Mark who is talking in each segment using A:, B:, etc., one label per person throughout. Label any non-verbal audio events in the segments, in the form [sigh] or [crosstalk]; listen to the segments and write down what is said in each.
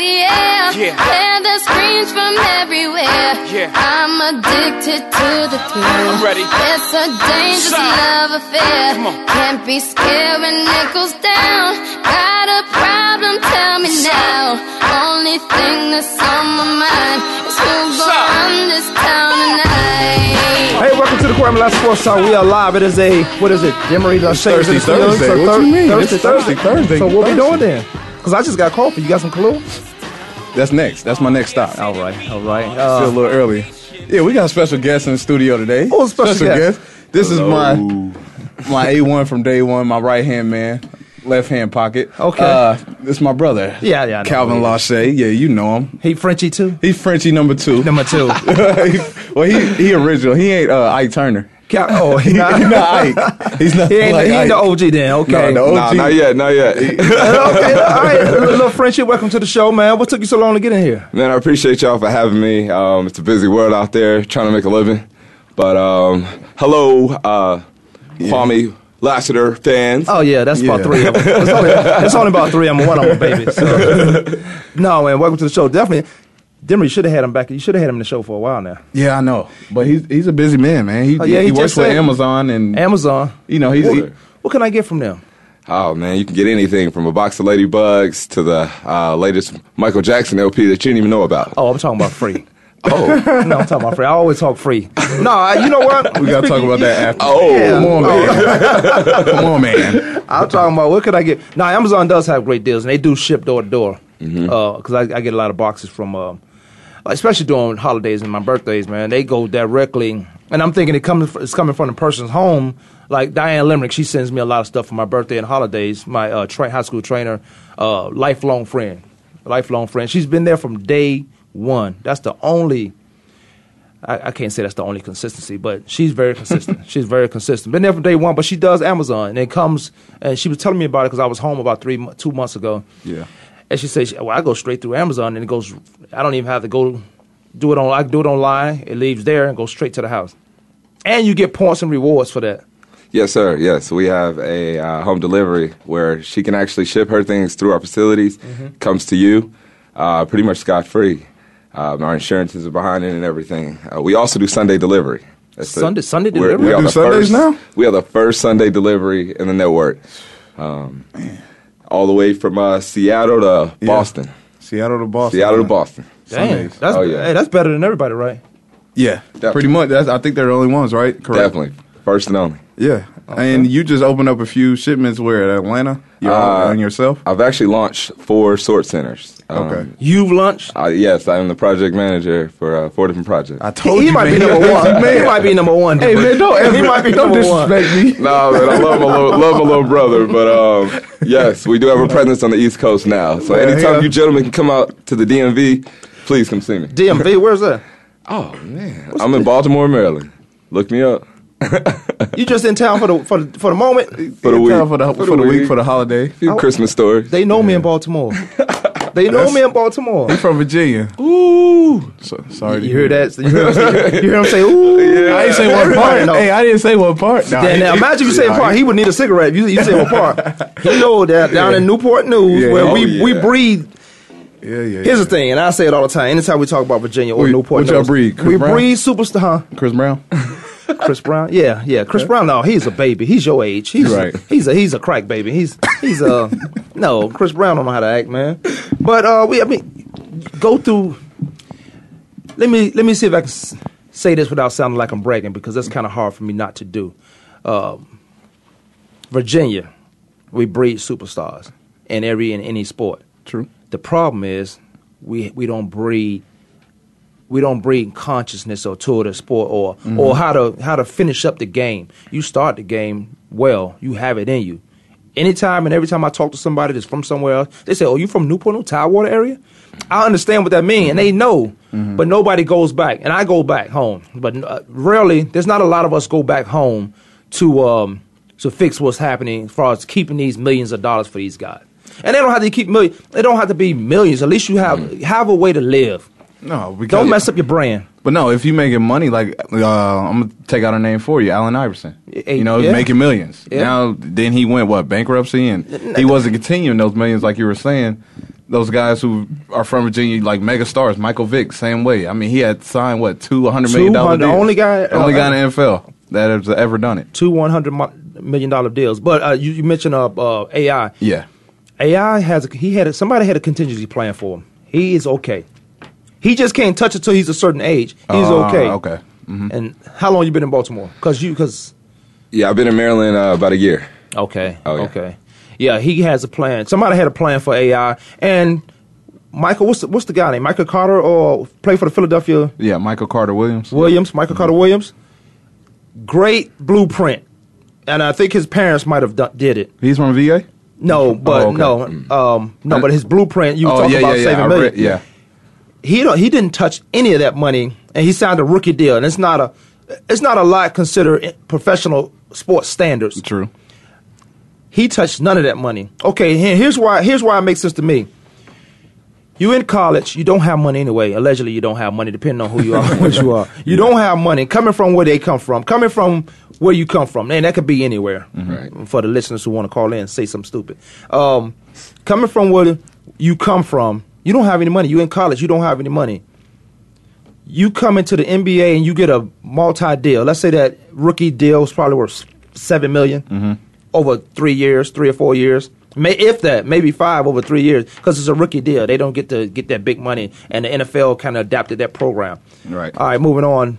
A: the air.
B: Yeah.
A: Hear the screams from everywhere.
B: Yeah.
A: I'm addicted to the thrill.
B: I'm ready.
A: It's a dangerous
B: Sign.
A: love affair.
B: Come on.
A: Can't be scared when it goes down. Got a problem? Tell me now. Only thing that's on my mind is who gonna
B: Sign.
A: run this town tonight.
C: Hey, welcome to the Kwame Last Sports Talk. We are live. It is a what is it? Demery Thursday,
D: Thursday, Thursday. What you mean? It's Thursday, Thursday,
C: So what we
D: Thursday.
C: doing then? Cause I just got coffee. You got some clue?
D: That's next. That's my next stop.
C: All right, all right.
D: Still a
C: Uh,
D: little early. Yeah, we got a special guest in the studio today.
C: Who's a special guest?
D: This is my my A one from day one. My right hand man, left hand pocket.
C: Okay.
D: Uh, this is my brother.
C: Yeah, yeah, I know
D: Calvin
C: who he
D: Lachey. Yeah, you know him.
C: he Frenchy too.
D: He's Frenchie number two.
C: Number [laughs] two.
D: [laughs] well, he he original. He ain't uh, Ike Turner. [laughs]
C: Cal- oh, he not,
D: He's not Ike. He's not
C: he ain't,
D: like
C: he ain't the
D: Ike.
C: OG then. Okay.
D: No, the
C: okay.
D: OG.
E: Nah,
D: [laughs]
E: not yet, not yet.
C: All right, little, little Frenchy, welcome to the show, man. What took you so long to get in here?
E: Man, I appreciate y'all for having me. Um, it's a busy world out there trying to make a living. But um, hello, uh, Kwame Lassiter fans.
C: Oh yeah, that's about
D: Yeah.
C: three. [laughs] Of them. It's, only, it's only about three. I'm one of them, baby. So. [laughs] no, man. Welcome to the show. Definitely, Demery, you should have had him back. You should have had him in the show for a while now.
D: Yeah, I know. But he's he's a busy man, man. He,
C: Oh, yeah, he
D: he, works
C: just
D: for
C: said-
D: Amazon and
C: Amazon.
D: you know he's. he-
C: What, what can I get from them?
E: Oh, man, you can get anything from a box of ladybugs to the uh, latest Michael Jackson LP that you didn't even know about.
C: Oh, I'm talking about
D: [laughs]
C: free. oh [laughs] no, I'm talking about free. I always talk free. No, I- you know what?
D: we gotta talk
C: Speaking- [laughs]
D: about that after.
E: Oh,
D: Come on, man.
E: [laughs]
D: Come on, man.
C: I'm talking about what could I get? Now Amazon does have great deals, and they do ship door to door.
D: Mm-hmm.
C: Because I, I get a lot of boxes from, uh, especially during holidays and my birthdays, man. They go directly, and I'm thinking it comes fr- it's coming from the person's home. Like Diane Limerick, she sends me a lot of stuff for my birthday and holidays. My uh, tra- high school trainer, uh, lifelong friend, lifelong friend. She's been there from day one. That's the only I, I can't say that's the only consistency, but she's very
D: [laughs]
C: consistent. she's very consistent. Been there from day one, but she does Amazon, and it comes. And she was telling me about it because I was home about three, mo- two months ago.
D: Yeah.
C: And she says, "Well, I go straight through Amazon, and it goes. I don't even have to go do it on. I do it online. It leaves there and goes straight to the house, and you get points and rewards for that.
E: Yes, sir. Yes, we have a uh, home delivery where she can actually ship her things through our facilities,
C: Mm-hmm.
E: comes to you, uh, pretty much scot free. Um, our insurances are behind it and everything. Uh, we also do Sunday delivery. That's the-
C: Sunday- Sunday
E: we're-
C: delivery? You
E: are
D: do
E: the
D: Sundays
E: first-
D: now?
E: We are the first Sunday delivery in the network, um, all the way from uh, Seattle to Boston.
D: Seattle to Boston.
E: Seattle to Boston.
C: Dang,
D: Sundays.
C: that's
E: Oh, yeah.
C: hey, that's better than everybody, right?
D: Yeah,
E: Definitely.
D: pretty much. That's, I think they're the only ones, right? Correct.
E: Definitely, first and only.
D: Yeah, and you just opened up a few shipments where at Atlanta, you
E: Uh,
D: and yourself.
E: I've actually launched four sort centers. Um,
D: Okay.
C: You've lunched.
E: Uh, yes, I'm the project manager for uh, four different projects.
D: I told
C: He
D: you,
C: might
D: man.
C: be number
D: [laughs]
C: one. He might be number one.
D: Hey man, don't ever,
C: He might be
D: [laughs] don't
C: number one.
D: disrespect me.
E: no, man, I love my little, love my little brother, but um, yes, we do have a presence on the East Coast now. So
D: Yeah,
E: anytime
D: yeah.
E: you gentlemen can come out to the DMV, please come see me.
C: DMV, where's that?
E: Oh man, I'm in Baltimore, Maryland. Look me up
C: You just in town for the for the, for the moment.
E: for the
D: Yeah,
E: week.
D: time for the, for the week for the holiday.
E: few Christmas stories.
C: They know me in
D: [laughs]
C: Baltimore. They know me in Baltimore.
D: From Virginia.
C: Ooh,
D: So, sorry. to
C: you hear that? You hear him say, you hear him say
D: [laughs]
C: ooh.
D: I didn't say one
C: Everybody
D: part.
C: know.
D: Hey, I didn't say one part. Nah,
C: Then,
D: [laughs]
C: now, imagine if you say a part, he would need a cigarette. If you, you say a part, he know that down in Newport News
D: Yeah.
C: where
D: Oh,
C: we, we
E: yeah.
C: breathe.
D: Yeah, yeah.
C: Here's
D: yeah.
C: the thing, and I say it all the time. Anytime we talk about Virginia or
D: Wait,
C: Newport
D: what y'all
C: News,
D: breed, Chris
C: we
D: Brown?
C: breed superstar. Huh?
D: Chris Brown.
C: [laughs] Chris Brown. Yeah, yeah. Chris Brown. No, he's a baby. He's your age. He's
D: Right.
C: he's a he's a crack baby. He's he's
D: [laughs]
C: a no. Chris Brown don't know how to act, man. But uh, we I mean, go through. Let me let me see if I can s- say this without sounding like I'm bragging because that's kind of hard for me not to do. Um, Virginia, we breed superstars in every in any sport.
D: True.
C: The problem is we we don't breed we don't bring consciousness or to the sport or or how to how to finish up the game. You start the game well, you have it in you, anytime and every time I talk to somebody that's from somewhere else, they say, "Oh, you from Newport, New Tidewater area?" I understand what that means, and they know. But nobody goes back, and I go back home. But uh, rarely, there's not a lot of us go back home to um, to fix what's happening as far as keeping these millions of dollars for these guys. And they don't have to keep million. They don't have to be millions. At least you have have a way to live.
D: No, because,
C: Don't mess up your brand.
D: But no, if you making money, like uh, I'm gonna take out a name for you, Allen Iverson.
C: eh,
D: you know, he's
C: yeah.
D: making millions.
C: Yeah.
D: Now, then he went what bankruptcy, and he wasn't continuing those millions like you were saying. Those guys who are from Virginia, like mega stars, Michael Vick, same way. I mean, he had signed what two hundred million dollar.
C: 200, the only guy-
D: only
C: uh,
D: guy in the NFL that has ever done it.
C: Two one hundred million dollar deals. But uh, you, you mentioned uh, uh, AI.
D: Yeah,
C: AI has he had a, somebody had a contingency plan for him. He is okay. He just can't touch it till he's a certain age. He's
D: Ah,
C: okay.
D: okay.
C: And how long you been in Baltimore? Cause you cause
E: Yeah, I've been in Maryland uh, about a year.
C: Okay.
E: Oh, yeah.
C: Okay. Yeah, he has a plan. Somebody had a plan for AI. And Michael, what's the, what's the guy named Michael Carter or play for the Philadelphia
D: yeah. Michael Carter Williams.
C: Williams? Michael Carter Williams. Great blueprint, and I think his parents might have done, did it.
D: He's from VA.
C: No, but
D: Oh, okay.
C: no, um, no, but his blueprint. You were
D: Oh
C: talking
D: yeah, yeah,
C: about
D: yeah.
C: saving
D: I
C: million.
D: read- yeah.
C: he don't, he didn't touch any of that money, and he signed a rookie deal. And it's not a it's not a lot considered professional sports standards. [laughs]
D: True.
C: He touched none of that money. Okay, here- here's why here's why it makes sense to me. You in college, you don't have money anyway. Allegedly, you don't have money, depending on who you are, and [laughs] what you are. You don't have money coming from where they come from, coming from where you come from, and that could be anywhere.
E: Right.
C: For the listeners who want to call in and say something stupid, um, coming from where you come from, you don't have any money. You in college, you don't have any money you come into the NBA and you get a multi deal. Let's say that rookie deal is probably worth seven million over three years, three or four years. May, if that, maybe five over three years, because it's a rookie deal. They don't get to get that big money, and the NFL kind of adapted that program.
D: Right.
C: All right, moving on.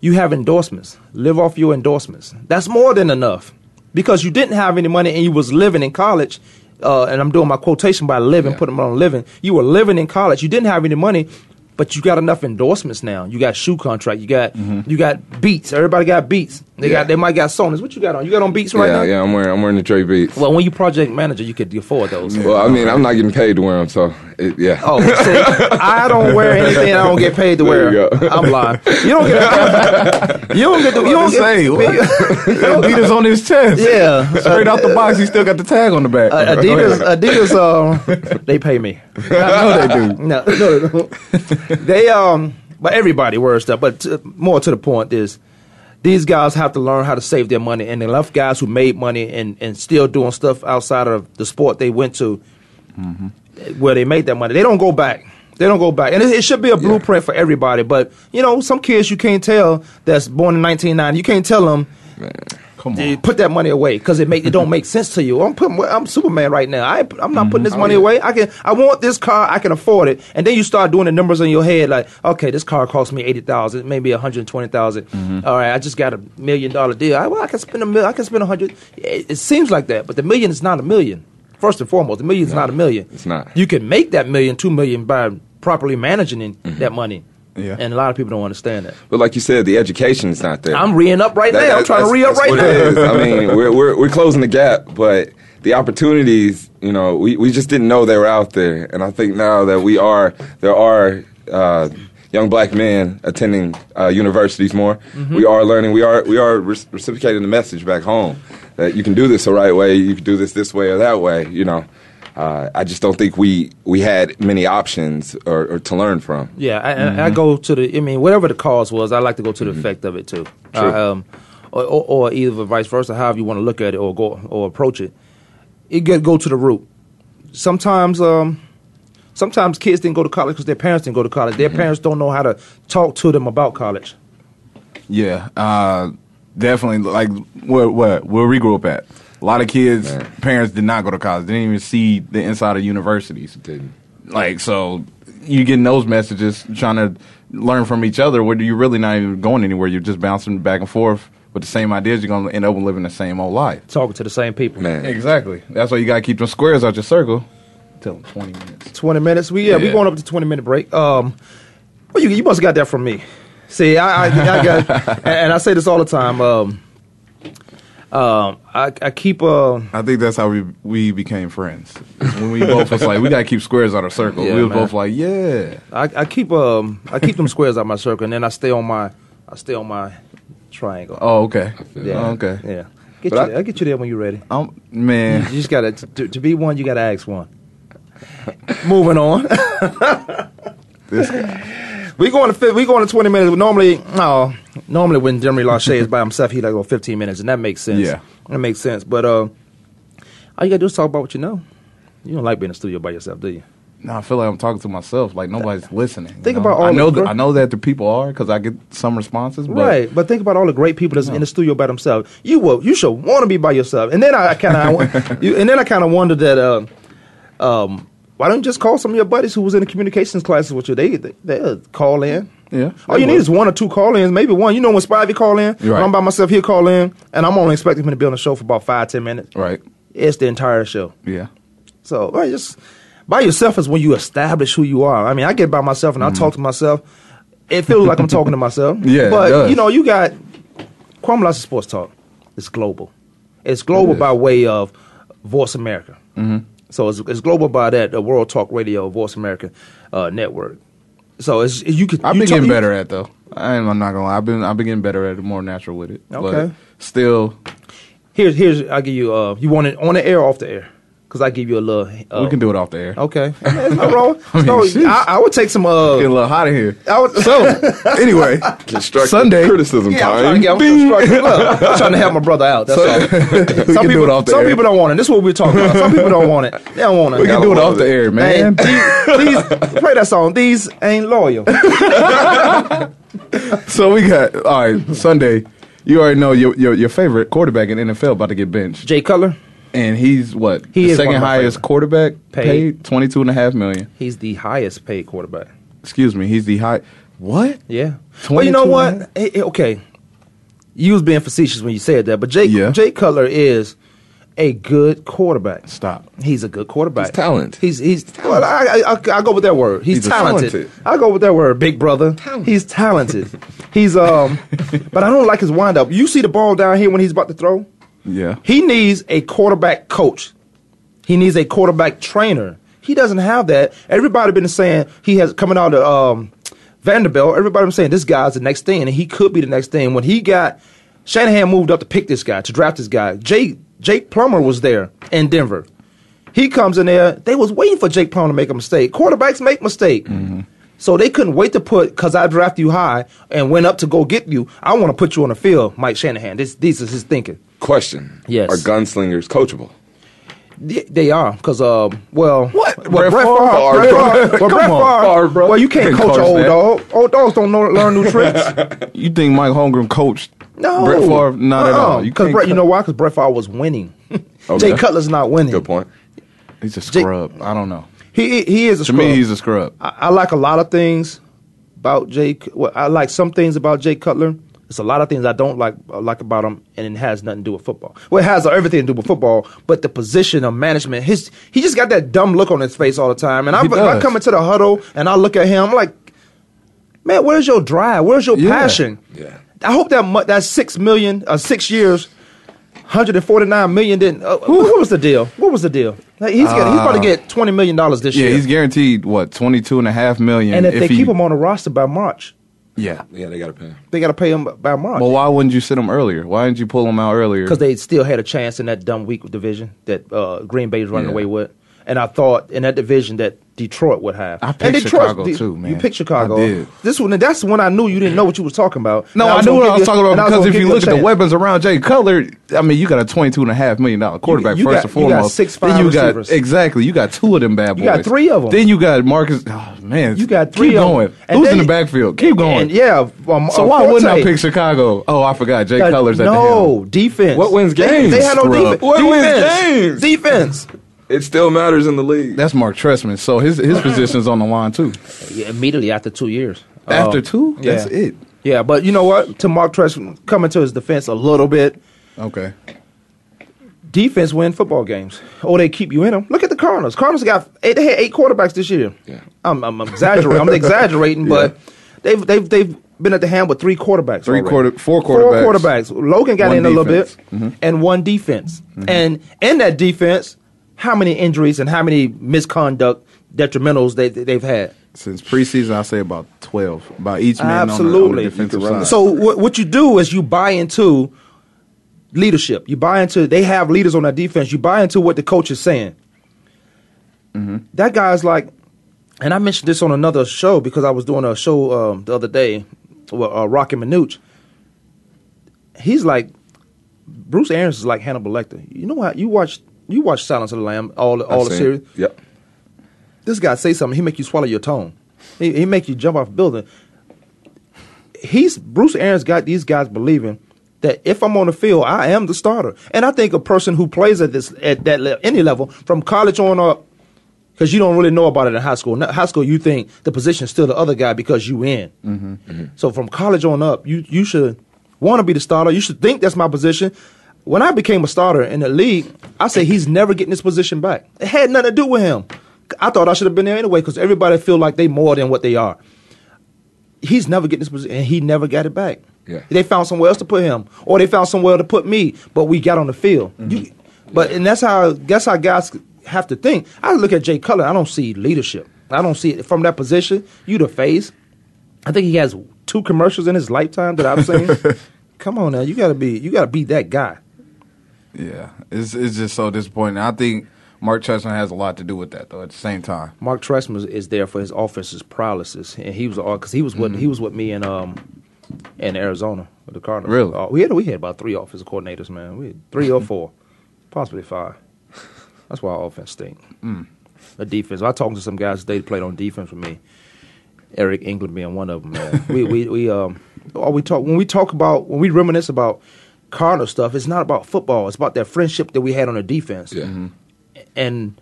C: You have endorsements. Live off your endorsements. That's more than enough, because you didn't have any money and you was living in college. Uh, and I'm doing my quotation by living,
E: Yeah.
C: putting on living. You were living in college. You didn't have any money, but you got enough endorsements now. You got shoe contract. You got you got Beats. Everybody got Beats. They
E: Mm-hmm. Yeah.
C: got they might got Sonys. What you got on? You got on Beats right
E: yeah,
C: now.
E: yeah. I'm wearing I'm wearing the Dre Beats. Well,
C: Well, when you project manager, you could afford those.
E: I mean, I'm not getting paid to wear them, so it, yeah.
C: Oh, see, I don't
E: [laughs]
C: wear anything I don't get paid to
E: There
C: wear.
E: you go.
C: I'm lying. You don't
E: [laughs]
C: get. you don't get. The, you don't get.
D: Say
C: Oh,
D: Adidas on his
C: [laughs]
D: chest.
C: Yeah.
D: Straight out the box, he still got the tag on the back.
C: Uh, Adidas, Adidas, um, [laughs] they pay me.
D: I know they do.
C: No, no, they don't. [laughs] they um, but everybody wears stuff. But t- more to the point is, these guys have to learn how to save their money, and they left guys who made money and and still doing stuff outside of the sport they went to, where they made that money. They don't go back. They don't go back, and it, it should be a blueprint for everybody. But you know, some kids you can't tell that's born in 1990. You can't tell them.
D: Come
C: Dude, put that money away because it make it don't make sense to you. I'm putting I'm Superman right now. I ain't- I'm not putting
E: Mm-hmm.
C: this
E: Oh,
C: money away. I can I want this car. I can afford it. And then you start doing the numbers in your head like, okay, this car cost me eighty thousand, maybe a hundred twenty thousand.
E: Mm-hmm.
C: right, I just got a million dollar deal. I, well, I can spend a mil. I can spend a hundred. It, it seems like that, but the million is not a million. First and foremost, the million is not a million.
E: it's not.
C: You can make that million, two million by properly managing
E: Mm-hmm.
C: that money.
D: Yeah.
C: And a lot of people don't understand that.
E: But like you said, the education is not there.
C: I'm reeing up right
E: That-
C: now. I'm
E: that-
C: trying to
E: that's-
C: re up
E: that's
C: right
E: what
C: now.
E: it is. I mean, we're, we're we're closing the gap, but the opportunities, you know, we, we just didn't know they were out there, and I think now that we are, there are uh, young black men attending uh, universities more.
C: Mm-hmm.
E: We are learning. We are we are re- reciprocating the message back home that you can do this the right way, you can do this this way or that way. You know, uh, I just don't think we we had many options or, or to learn from.
C: Yeah, I, I I go to the. I mean, whatever the cause was, I like to go to the effect of it too, Uh, um, or, or, or either vice versa, however you want to look at it or go or approach it. It get, go to the root. Sometimes, um, sometimes kids didn't go to college because their parents didn't go to college. Their parents don't know how to talk to them about college.
D: Yeah, uh, definitely. Like where, where where we grew up at, a lot of kids'
E: Right.
D: parents did not go to college. They didn't even see the inside of universities.
E: Didn't.
D: Like so, you getting those messages, trying to learn from each other. Where you're really not even going anywhere. You're just bouncing back and forth with the same ideas. You're gonna end up living the same old life.
C: Talking to the same people.
E: Man,
D: Exactly. That's why you gotta keep them squares out your circle. Tell them twenty minutes.
C: Twenty minutes. We yeah, we
D: Yeah.
C: going up to twenty minute break. Um, well, you you must have got that from me. See, I I, I got, and, and I say this all the time. Um, Um, I, I keep uh,
D: I think that's how we we became friends. When we both was like, we gotta keep squares out of circle.
C: Yeah,
D: we was
C: man.
D: both like, yeah.
C: I, I keep um I keep them squares out my circle, and then I stay on my I stay on my triangle.
D: Oh, okay.
C: yeah,
D: Oh, okay.
C: yeah. Get
E: But
C: you
E: I-
C: there. I'll get you there when you're ready.
D: I'm,
C: You
D: man, [laughs]
C: just gotta to, to be one. You gotta ask one. Moving on. we going to fi- we going to twenty minutes. Normally, no, normally when Jeremy Lachey is by himself, he like go fifteen minutes, and that makes sense.
D: Yeah.
C: that makes sense. But uh, all you gotta do is talk about what you know. You don't like being in the studio by yourself, do you?
D: nah, I feel like I'm talking to myself. Like nobody's listening. you
C: Think
D: know?
C: about all
D: I know
C: the-
D: that I know that the people are because I get some responses. But
C: right, but think about all the great people that's in the studio by themselves. You will, you should want to be by yourself. And then I, I
D: [laughs]
C: kind of, and then I kind of wondered that, uh, um, why don't you just call some of your buddies who was in the communications classes with you? They they they'll call in.
D: Yeah,
C: All you need
D: they will.
C: is one or two call-ins, maybe one. You know when Spivey call in, when
D: Right.
C: I'm by myself, he'll call in, and I'm only expecting him to be on the show for about five ten minutes.
D: Right.
C: It's the entire show.
D: Yeah.
C: So right, just by yourself is when you establish who you are. I mean, I get by myself and I talk to myself. It feels like I'm talking to myself.
D: Mm-hmm. [laughs] Yeah, it
C: but
D: does.
C: you know, you got Kwame Lasseter Sports Talk. It's global. It's global
D: is.
C: by way of Voice America. Mm-hmm. So it's, it's global by that the World Talk Radio Voice America uh, network. So it's you could.
D: I've
C: you
D: been
C: talk-
D: getting
C: you-
D: better at though. I am, I'm not gonna lie. I've been I've been getting better at it, more natural with it.
C: Okay.
D: But still,
C: Here's here's I give you uh you want it on the air or off the air because I give you a little. Uh,
D: we can do it off the air. [laughs]
C: Okay, it's not wrong.
D: mean,
C: So,
D: sheesh.
C: I, I would take some.
D: Get a
C: Uh,
D: little hot in here.
C: I would,
D: [laughs] So
C: [laughs]
D: anyway,
E: Constructive
D: Sunday.
E: criticism
C: Yeah, I'm
E: time.
C: trying to get. I'm, constructive. Look,
D: [laughs]
C: I'm trying to help my brother out. That's all.
D: we
C: Some
D: can do
C: people,
D: it off the
C: some
D: air.
C: people don't want it. This is what we're talking about. Some people don't want it. They don't want it.
D: we can do it off the air,
C: Hey,
D: man.
C: these- please play that song. These ain't loyal.
D: So we got all right Sunday. You already know your your, your favorite quarterback in NFL about to get benched,
C: Jay Cutler,
D: and he's what
C: He
D: the
C: is one
D: second
C: of my
D: highest
C: favorite.
D: quarterback
C: Paid.
D: paid twenty two and a half million.
C: he's the highest paid quarterback.
D: Excuse me, he's the high. What?
C: Yeah. Well, you know
D: 22
C: what?
D: man.
C: Eh, eh, okay. You was being facetious when you said that, but Jay
D: Yeah.
C: Jay Cutler is a good quarterback.
D: Stop.
C: He's a good quarterback.
E: He's talent.
C: He's he's well. I I, I, I go with that word. He's,
E: He's a
C: talented.
E: talented.
C: I go with that word, big brother. He's talented. he's um, but I don't like his windup. You see the ball down here when he's about to throw.
D: Yeah.
C: He needs a quarterback coach. He needs a quarterback trainer. He doesn't have that. Everybody been saying he has coming out of um, Vanderbilt. Everybody been saying this guy's the next thing, and he could be the next thing. When he got Shanahan moved up to pick this guy to draft this guy. Jake Jake Plummer was there in Denver. He comes in there. They was waiting for Jake Plummer to make a mistake. Quarterbacks make mistake. So they couldn't wait to put because I draft you high and went up to go get you. I want to put you on the field, Mike Shanahan. This this is his thinking.
E: Question.
C: Yes.
E: Are gunslingers coachable?
C: They, they are because um well what Brett
D: Brett Favre?
C: Favre, well, Brett Favre,
D: Favre, bro.
C: well you can't
D: Can't
C: coach an
D: coach
C: old
D: that.
C: dog old dogs don't know, learn new tricks [laughs]
D: You think Mike Holmgren coached?
C: no
D: Brett Favre, not at all.
C: because
D: can't
C: Brett you
D: cut-
C: know why because Brett Favre was [laughs] winning
E: Okay.
C: Jay Cutler's not winning
E: Good point.
D: he's a scrub. I don't know.
C: he he is a
D: To
C: scrub. Ah,
D: me, he's a scrub.
C: I, I like a lot of things about Jay C- well I like some things about Jay Cutler it's a lot of things I don't like uh, like about him and it has nothing to do with football well it has everything to do with football but the position of management his he just got that dumb look on his face all the time and I,
D: He
C: if I
D: does.
C: come into the huddle and I look at him I'm like man, where's your drive? Where's your
D: Yeah.
C: passion?
E: Yeah.
C: I hope that mu- that six million, uh, six years, hundred and forty nine million didn't. Uh, what was the deal? What was the deal? Like, he's gonna, he's about to get twenty million dollars this
D: Uh, Yeah,
C: year.
D: he's guaranteed what twenty two and a half million.
C: and if, they
D: he,
C: keep him on the roster by March,
D: yeah.
E: Yeah, they got to pay. him.
C: they got to pay him by March
D: Well, why wouldn't you sit him earlier? Why didn't you pull him out earlier?
C: because they still had a chance in that dumb weak division that uh, Green Bay's running
D: Yeah.
C: away with. And I thought in that division that Detroit would have.
D: I
C: And
D: picked
C: Detroit's
D: Chicago,
C: de-
D: too, man.
C: You picked Chicago.
D: I did.
C: This one, that's when I knew you didn't know what you was talking about.
D: No,
C: And
D: I, knew
C: gonna
D: what
C: give
D: I was
C: you-
D: talking
C: and I
D: about
C: was
D: because
C: gonna
D: if
C: give a
D: you look at the
C: chance.
D: weapons around Jay Cutler, I mean, you got a twenty-two and a half million dollar quarterback
C: you
D: first
C: got-
D: and
C: you got
D: foremost.
C: six fine
D: then you
C: receivers.
D: got exactly, you got two of them bad boys.
C: You got three of 'em.
D: Then you got Marcus. Oh man,
C: You got three
D: Keep
C: of 'em.
D: going.
C: And
D: Who's
C: then
D: in the
C: you-
D: backfield? Keep going.
C: And yeah, um,
D: So
C: uh,
D: why wouldn't I
C: Forte.
D: pick Chicago? Oh, I forgot. Jay Cutler's at
C: no
D: the helm.
C: defense.
E: What wins
C: They-
E: games,
C: They, had no
D: bro?
C: defense.
E: What wins
C: defense. Defense.
E: It still matters in the league.
D: That's Mark Trestman. So
C: [laughs]
D: his his position's on the line too.
C: Yeah, immediately after two years.
D: After
C: Uh,
D: two, that's
C: yeah.
D: it.
C: Yeah, but you know what? To Mark Trestman coming to his defense a little bit.
D: Okay.
C: Defense win football games, or they keep you in them. Look at the Cardinals. Cardinals got eight, they had eight quarterbacks this year.
E: Yeah.
D: [laughs]
C: I'm, I'm exaggerating. I'm exaggerating, but they've they've they've been at the ham with three quarterbacks.
D: Three
C: already.
D: quarter- four quarterbacks.
C: Four quarterbacks. Logan got
D: One
C: in a little bit,
D: defense. Mm-hmm.
C: and one defense. And in that defense, how many injuries and how many misconduct detrimentals they they've had?
D: Since preseason, I say about twelve by each man on the, on the
C: Absolutely.
D: defensive side.
C: So what what you do is you buy into leadership. You buy into they have leaders on that defense. You buy into what the coach is saying.
D: Mm-hmm.
C: That guy's like, and I mentioned this on another show because I was doing a show um, the other day with uh, Rocky Minuch. He's like, Bruce Arians is like Hannibal Lecter. You know how you watch you watch Silence of the Lamb all all
E: I've
C: the
E: seen-
C: series
E: Yep.
C: this guy say something, he make you swallow your tongue. He, he make you jump off a building. He's Bruce Aaron's got these guys believing that if I'm on the field, I am the starter. And I think a person who plays at this at that level, any level, from college on up, because you don't really know about it in high school. In high school, you think the position's still the other guy because you in. So from college on up, you you should want to be the starter. You should think that's my position. When I became a starter in the league, I said he's never getting this position back. It had nothing to do with him. I thought I should have been there anyway because everybody feel like they more than what they are. He's never getting this position, and he never got it back.
E: Yeah.
C: They found somewhere else to put him, or they found somewhere to put me, but we got on the field. You- but and that's how that's how guys have to think. I look at Jay Cutler, I don't see leadership. I don't see it from that position. You the face. I think he has two commercials in his lifetime that I've seen. Come on now, you gotta be you gotta be that guy.
D: yeah, it's it's just so disappointing. I think Mark Chestnut has a lot to do with that, though. At the same time,
C: Mark Trestman is there for his offense's paralysis, and he was because he was with he was with me in um in Arizona with the Cardinals.
D: Really?
C: Uh, we had we had about three offensive coordinators, man. We had three or four, possibly five. That's why our offense stink. The defense. I talked to some guys they played on defense with me. Eric England being one of them. Man. we we we um. All we talk when we talk about when we reminisce about Cardinal stuff. It's not about football. It's about that friendship that we had on the defense
E: Yeah.
C: and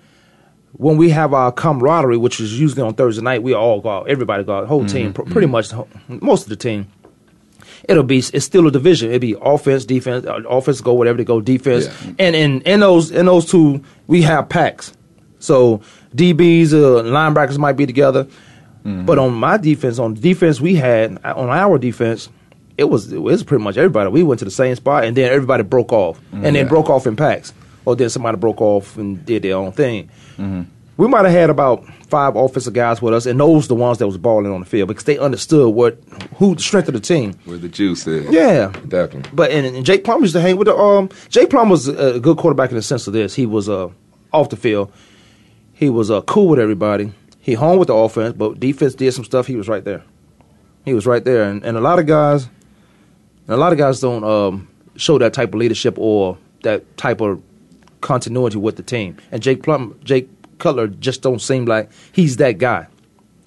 C: when we have our camaraderie, which is usually on Thursday night, we all go out. Everybody go out. Whole team, pr- pretty much the whole- most of the team. It'll be it's still a division. It'll be offense, defense, uh, offense go whatever they go defense,
E: Yeah.
C: and in in those in those two we have packs. So DBs, uh, linebackers might be together, but on my defense, on defense we had on our defense, it was it was pretty much everybody. We went to the same spot, and then everybody broke off, and then broke off in packs, or then somebody broke off and did their own thing. We might have had about five offensive guys with us, and those the ones that was balling on the field because they understood what who the strength of the team.
E: Where the juice is.
C: Yeah,
E: Definitely.
C: but and, and Jake Plum used to hang with the um. Jake Plum was a good quarterback in the sense of this. He was uh off the field. He was uh cool with everybody. He hung with the offense, but defense did some stuff. He was right there. He was right there, and, and a lot of guys, a lot of guys don't um show that type of leadership or that type of continuity with the team. And Jake Plum, Jake Cutler, just don't seem like he's that guy.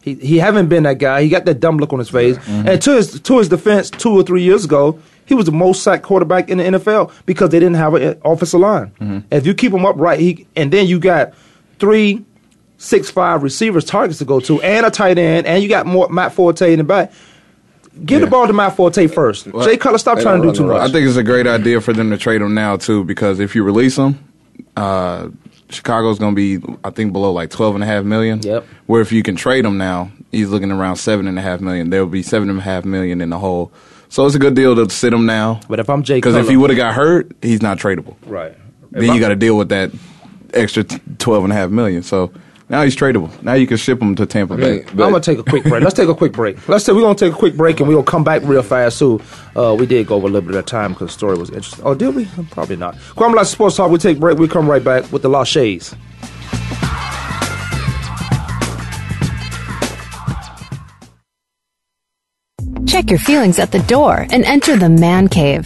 C: He he haven't been that guy. He got that dumb look on his face. And to his to his defense, two or three years ago, he was the most sacked quarterback in the NFL because they didn't have an offensive line.
D: Mm-hmm.
C: If you keep him upright, he and then you got three six five receivers targets to go to and a tight end, and you got more Matt Forte in the back. Give the ball to Matt Forte first. Jay Cutler, stop
E: they
C: trying to do
E: don't
C: too
E: run the
C: much.
E: rock.
D: I think it's a great idea for them to trade him now too, because if you release him, uh, Chicago's going to be, I think, below like twelve and a half million.
C: Yep.
D: Where if you can trade him now, he's looking around seven and a half million. There'll be seven and a half million in the hole. So it's a good deal to sit him now.
C: But if I'm Jay
D: because if
C: Cutler-
D: he would have got hurt, he's not tradable.
C: right.
D: Then you got to deal with that extra t- twelve and a half million. So now he's tradable. Now you can ship him to Tampa Bay.
E: mean, but-
C: I'm gonna take a quick break. Let's take a quick break. Let's say we're gonna take a quick break and we'll come back real fast too. Uh, we did go over a little bit of time because the story was interesting. Oh, did we? Probably not. Kwame Lasseter Sports Talk. We take a break. We come right back with the Lost Shades.
B: Check your feelings at the door and enter the man cave.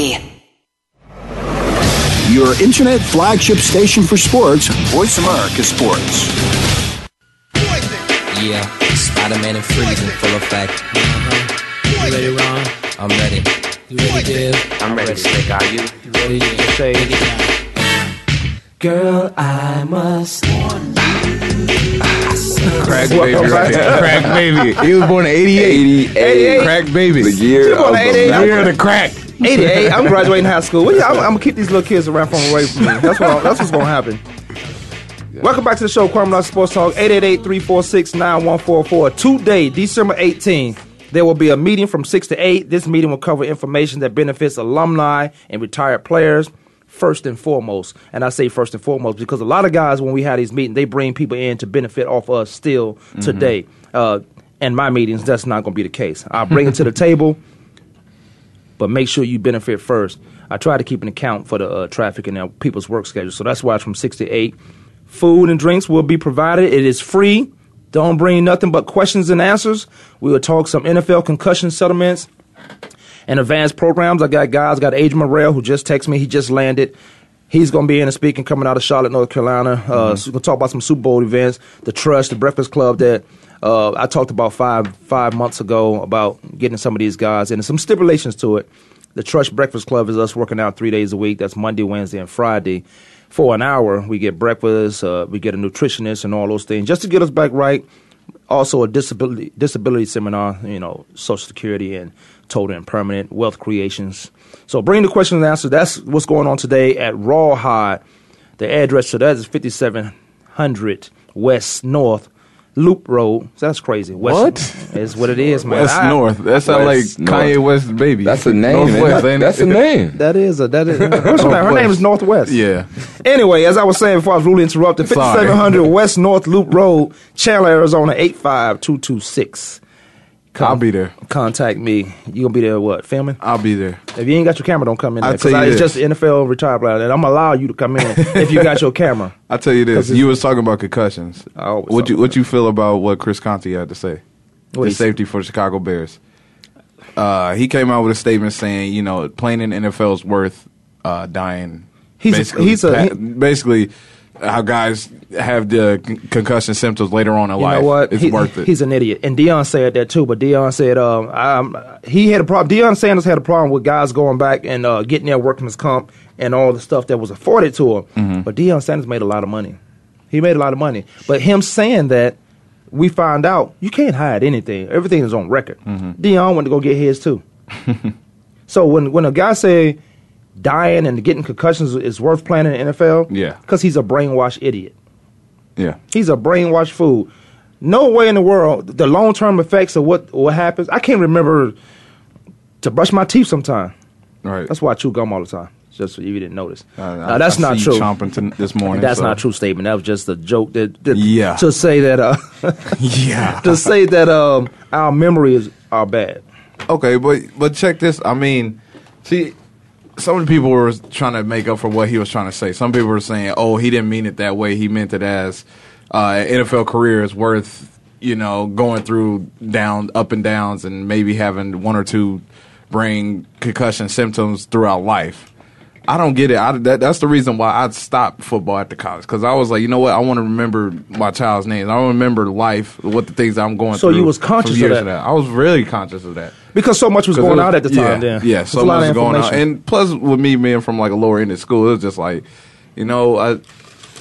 F: Your internet flagship station for sports, Voice America Sports.
G: Yeah, Spider Man and Freeze in full effect.
H: You Uh-huh. ready, Ron?
G: I'm ready.
H: You ready, Div?
G: I'm ready, Slick. Are you?
C: You ready to say
H: Girl, I must.
D: Crack baby, right there. crack baby. [laughs] He was born in '88.
E: 88.
D: Crack baby.
E: The year
C: Come on,
E: of the
C: 88.
E: mountain.
D: You're the crack.
C: [laughs] 88. I'm graduating high school. What do you- I'm, I'm gonna keep these little kids around from away from me. That's what. I- that's what's gonna happen. Welcome back to the show, Kwame Knox Sports Talk. 888-346-9144. Today, December 18th, there will be a meeting from six to eight. This meeting will cover information that benefits alumni and retired players. First and foremost, and I say first and foremost because a lot of guys, when we have these meetings, they bring people in to benefit off us still today. Uh, and my meetings, that's not going to be the case. I bring it to the table but make sure you benefit first. I try to keep an account for the uh, traffic and uh, people's work schedule, so that's why it's from six to eight. Food and drinks will be provided. It is free. Don't bring nothing but questions and answers. We will talk some NFL concussion settlements and advanced programs. I got guys. Got Adrian Morrell who just texted me. He just landed. He's going to be in a speaking coming out of Charlotte, North Carolina. Uh, so we'll talk about some Super Bowl events, the Trust, the Breakfast Club that uh, I talked about five five months ago about getting some of these guys and some stipulations to it. The Trust Breakfast Club is us working out three days a week. That's Monday, Wednesday, and Friday. For an hour, we get breakfast, uh, we get a nutritionist, and all those things just to get us back right also a disability disability seminar, you know, Social Security and total and permanent wealth creations. So bring the question and answer. That's what's going on today at Rawhide. The address to that is 5700 West North Loop Road. That's crazy. West
D: What?
C: Is what it
D: [laughs]
C: is, man.
D: That's
C: I-
D: North. That's not like
E: West, North.
D: Kanye West baby.
E: That's a name. man.
D: Northwest, ain't
E: That's
D: it?
E: a name.
C: That is a that is.
D: [laughs]
C: What's her name? Her name is Northwest.
D: Yeah.
C: Anyway, as I was saying before I was rudely interrupted,
D: Sorry.
C: 5700 West North Loop Road, Chandler, Arizona 85226.
D: I'll be there.
C: Contact me. You gonna be there what? Filming?
D: I'll be there.
C: If you ain't got your camera, don't come in.
D: I'll
C: There, 'cause
D: tell
C: I,
D: you
C: it's
D: this.
C: just NFL retired player, and I'm gonna allow you to
D: [laughs]
C: come in if you got your camera.
D: I tell you this. You was talking about concussions.
C: I always
D: What
C: talk
D: you
C: about
D: what you feel about what Chris Conti had to say?
C: What
D: the
C: he said.
D: safety for the Chicago Bears. Uh, he came out with a statement saying, you know, playing in the NFL is worth uh, dying.
C: He's a-
D: basically,
C: he's a-
D: pa- basically how guys have the con- concussion symptoms later on in
C: You
D: life.
C: know what?
D: It's
C: He-
D: worth it.
C: He's an idiot, and Dion said that too. But Dion said, um, I'm, he had a problem. Dion Sanders had a problem with guys going back and uh, getting their workman's comp and all the stuff that was afforded to him.
D: Mm-hmm.
C: But Dion Sanders made a lot of money. He made a lot of money. But him saying that, we find out you can't hide anything. Everything is on record.
D: Mm-hmm.
C: Dion went to go get his
D: [laughs]
C: too. so when when a guy say dying and getting concussions is worth playing in the NFL,
D: Yeah.
C: because he's a brainwashed idiot.
D: yeah.
C: He's a brainwashed fool. No way in the world the long term effects of what what happens. I can't remember to brush my teeth sometime.
D: Right.
C: That's why I chew gum all the time. Just so you didn't notice.
D: Uh,
C: Now, that's
D: I
C: not
D: see
C: true.
D: You chomping to this morning.
C: That's
D: so-
C: not a true statement. That was just a joke. That, that-
D: Yeah.
C: To say that uh, [laughs]
D: [laughs] Yeah.
C: to say that um, our memories are bad.
D: Okay, but but check this. I mean, see, some of the people were trying to make up for what he was trying to say. Some people were saying, "Oh, he didn't mean it that way. He meant it as uh, an NFL career is worth, you know, going through down, up and downs, and maybe having one or two brain concussion symptoms throughout life." I don't get it. I, that, that's the reason why I stopped football after college because I was like, you know what? I want to remember my child's name. I want to remember life, what the things I'm going
C: So
D: through.
C: you was
D: from
C: conscious of
D: years
C: that?
D: I was really conscious of that.
C: Because so much was
D: 'Cause
C: going
D: it was-
C: out at the time
D: yeah,
C: then.
D: Yeah,
C: It's
D: so
C: a lot
D: much was
C: of
D: going out.
C: information.
D: And plus, with me being from like a lower end of school, it was just like, you know, I,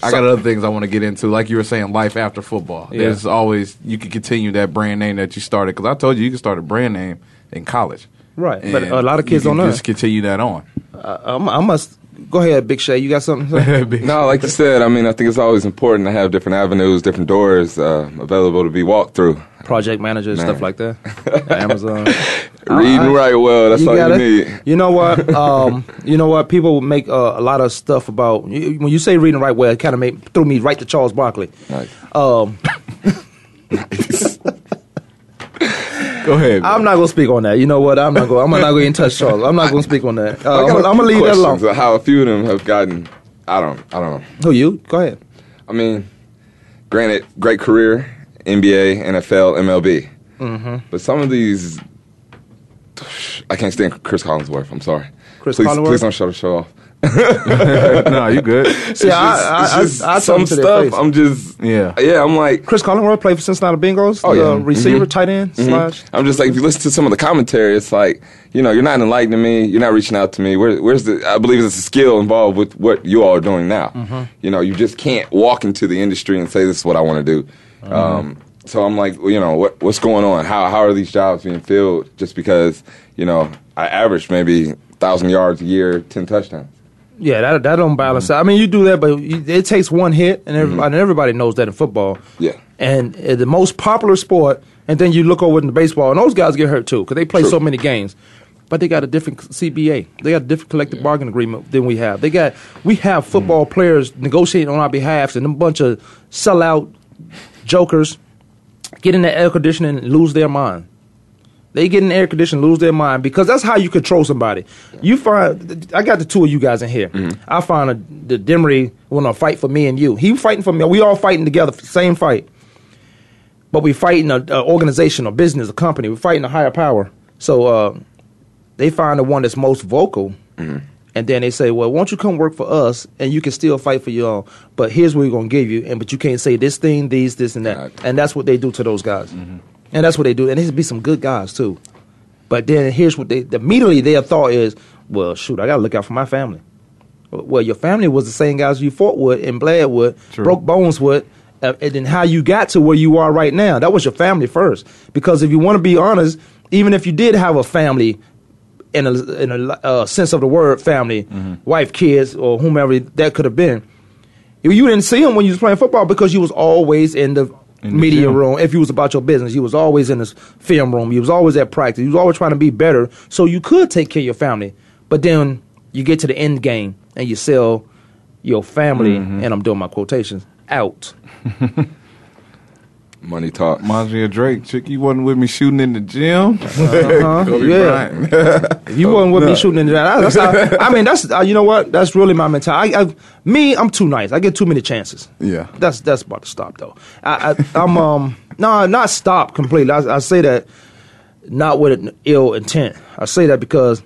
D: I got other things I want to get into. Like you were saying, life after football.
C: Yeah.
D: There's always, you can continue that brand name that you started. Because I told you, you can start a brand name in college.
C: Right, but
D: And
C: a lot of kids
D: you can
C: don't know
D: Just continue that on. [laughs]
C: I, I must go ahead, Big Shay. You got something? to
D: [laughs]
C: say?
E: No, like you said, I mean, I think it's always important to have different avenues, different doors uh, available to be walked through.
C: Project managers,
E: Man.
C: stuff like
D: [laughs]
C: that. Amazon.
E: Read and write well. That's all you
C: Uh, gotta-
E: need.
C: You know
E: [laughs]
C: what? Um, you know what? People make uh, a lot of stuff about you- when you say read and write well. It kind of made threw me right to Charles Barkley.
E: Nice.
C: Um,
D: Go ahead.
C: I'm not gonna speak on that. You know what? I'm not going. I'm not gonna even touch Charles. I'm not gonna speak on that. Uh, I'm,
E: I got a
C: gonna- I'm gonna
E: few
C: leave that
E: questions
C: alone.
E: of How a few of them have gotten, I don't, I don't know.
C: Who you? Go ahead.
E: I mean, granted, great career, NBA, NFL, MLB.
C: Mm-hmm.
E: But some of these, I can't stand Chris Collinsworth. I'm sorry.
C: Chris
E: please,
C: Collinsworth?
E: please don't shut the show off.
D: no, you [laughs] good.
C: See, I, I,
E: It's
C: I,
E: just
C: I, I told
E: some
C: him to their
E: stuff.
C: face.
E: I'm just
D: Yeah.
E: yeah. I'm like
C: Chris Collinwood played for Cincinnati Bengals.
E: Oh, yeah.
C: the
E: Mhm.
C: receiver, tight end,
E: Mhm.
C: slash.
E: I'm just like, if you listen to some of the commentary, it's like, you know, you're not enlightening me. You're not reaching out to me. Where, where's the? I believe there's a skill involved with what you all are doing now.
C: Mm-hmm.
E: You know, you just can't walk into the industry and say this is what I want to do.
C: Mm-hmm.
E: Um, so I'm like, well, you know, what, what's going on? How how are these jobs being filled? Just because you know, I average maybe thousand yards a year, ten touchdowns.
C: Yeah, that that don't balance out. I mean, you do that, but you, it takes one hit, and everybody, and everybody knows that in football.
E: Mm-hmm. Yeah.
C: and uh, the most popular sport, and then you look over in the baseball, and those guys get hurt too because they play
E: True.
C: so many games. But they got a different CBA. They got a different collective bargaining agreement than we have. They got we have football players negotiating on our behalf, and a bunch of sellout jokers get in the air conditioning and lose their mind. They get in air conditioning, lose their mind because that's how you control somebody. You find I got the two of you guys in here. I found a, the Demery want to fight for me and you. He fighting for me. We all fighting together, for the same fight. But we fighting an organization, a business, a company. We're fighting a higher power. So uh, they find the one that's most vocal, and then they say, "Well, won't you come work for us? And you can still fight for y'all. But here's what we're gonna give you, and but you can't say this thing, these, this, and that.
E: Right.
C: And that's what they do to those guys. And that's what they do. And these be some good guys too. But then here's what they immediately their thought is, well, shoot, I gotta look out for my family. Well, your family was the same guys you fought with and bled with,
D: True.
C: broke bones with, uh, and then how you got to where you are right now. That was your family first. Because if you want to be honest, even if you did have a family, in a, in a uh, sense of the word family, wife, kids, or whomever that could have been, you you didn't see him when you was playing football because you was always in the
D: In the
C: media
D: gym.
C: room. If you was about your business, you was always in this film room. You was always at practice. You was always trying to be better so you could take care of your family. But then you get to the end game and you sell your family,
D: Mm-hmm.
C: and I'm doing my quotations out.
E: Money talks.
D: Reminds me of Drake. Chick, you wasn't with me shooting in the gym. [laughs] Kobe
C: yeah.
D: Bryant.
C: If you wasn't with me shooting in that, that's how, I mean, that's uh, you know what? That's really my mentality. I, I, me, I'm too nice. I get too many chances.
D: Yeah.
C: that's that's about to stop though. I, I I'm um [laughs] no, not stop completely. I, I say that not with an ill intent. I say that because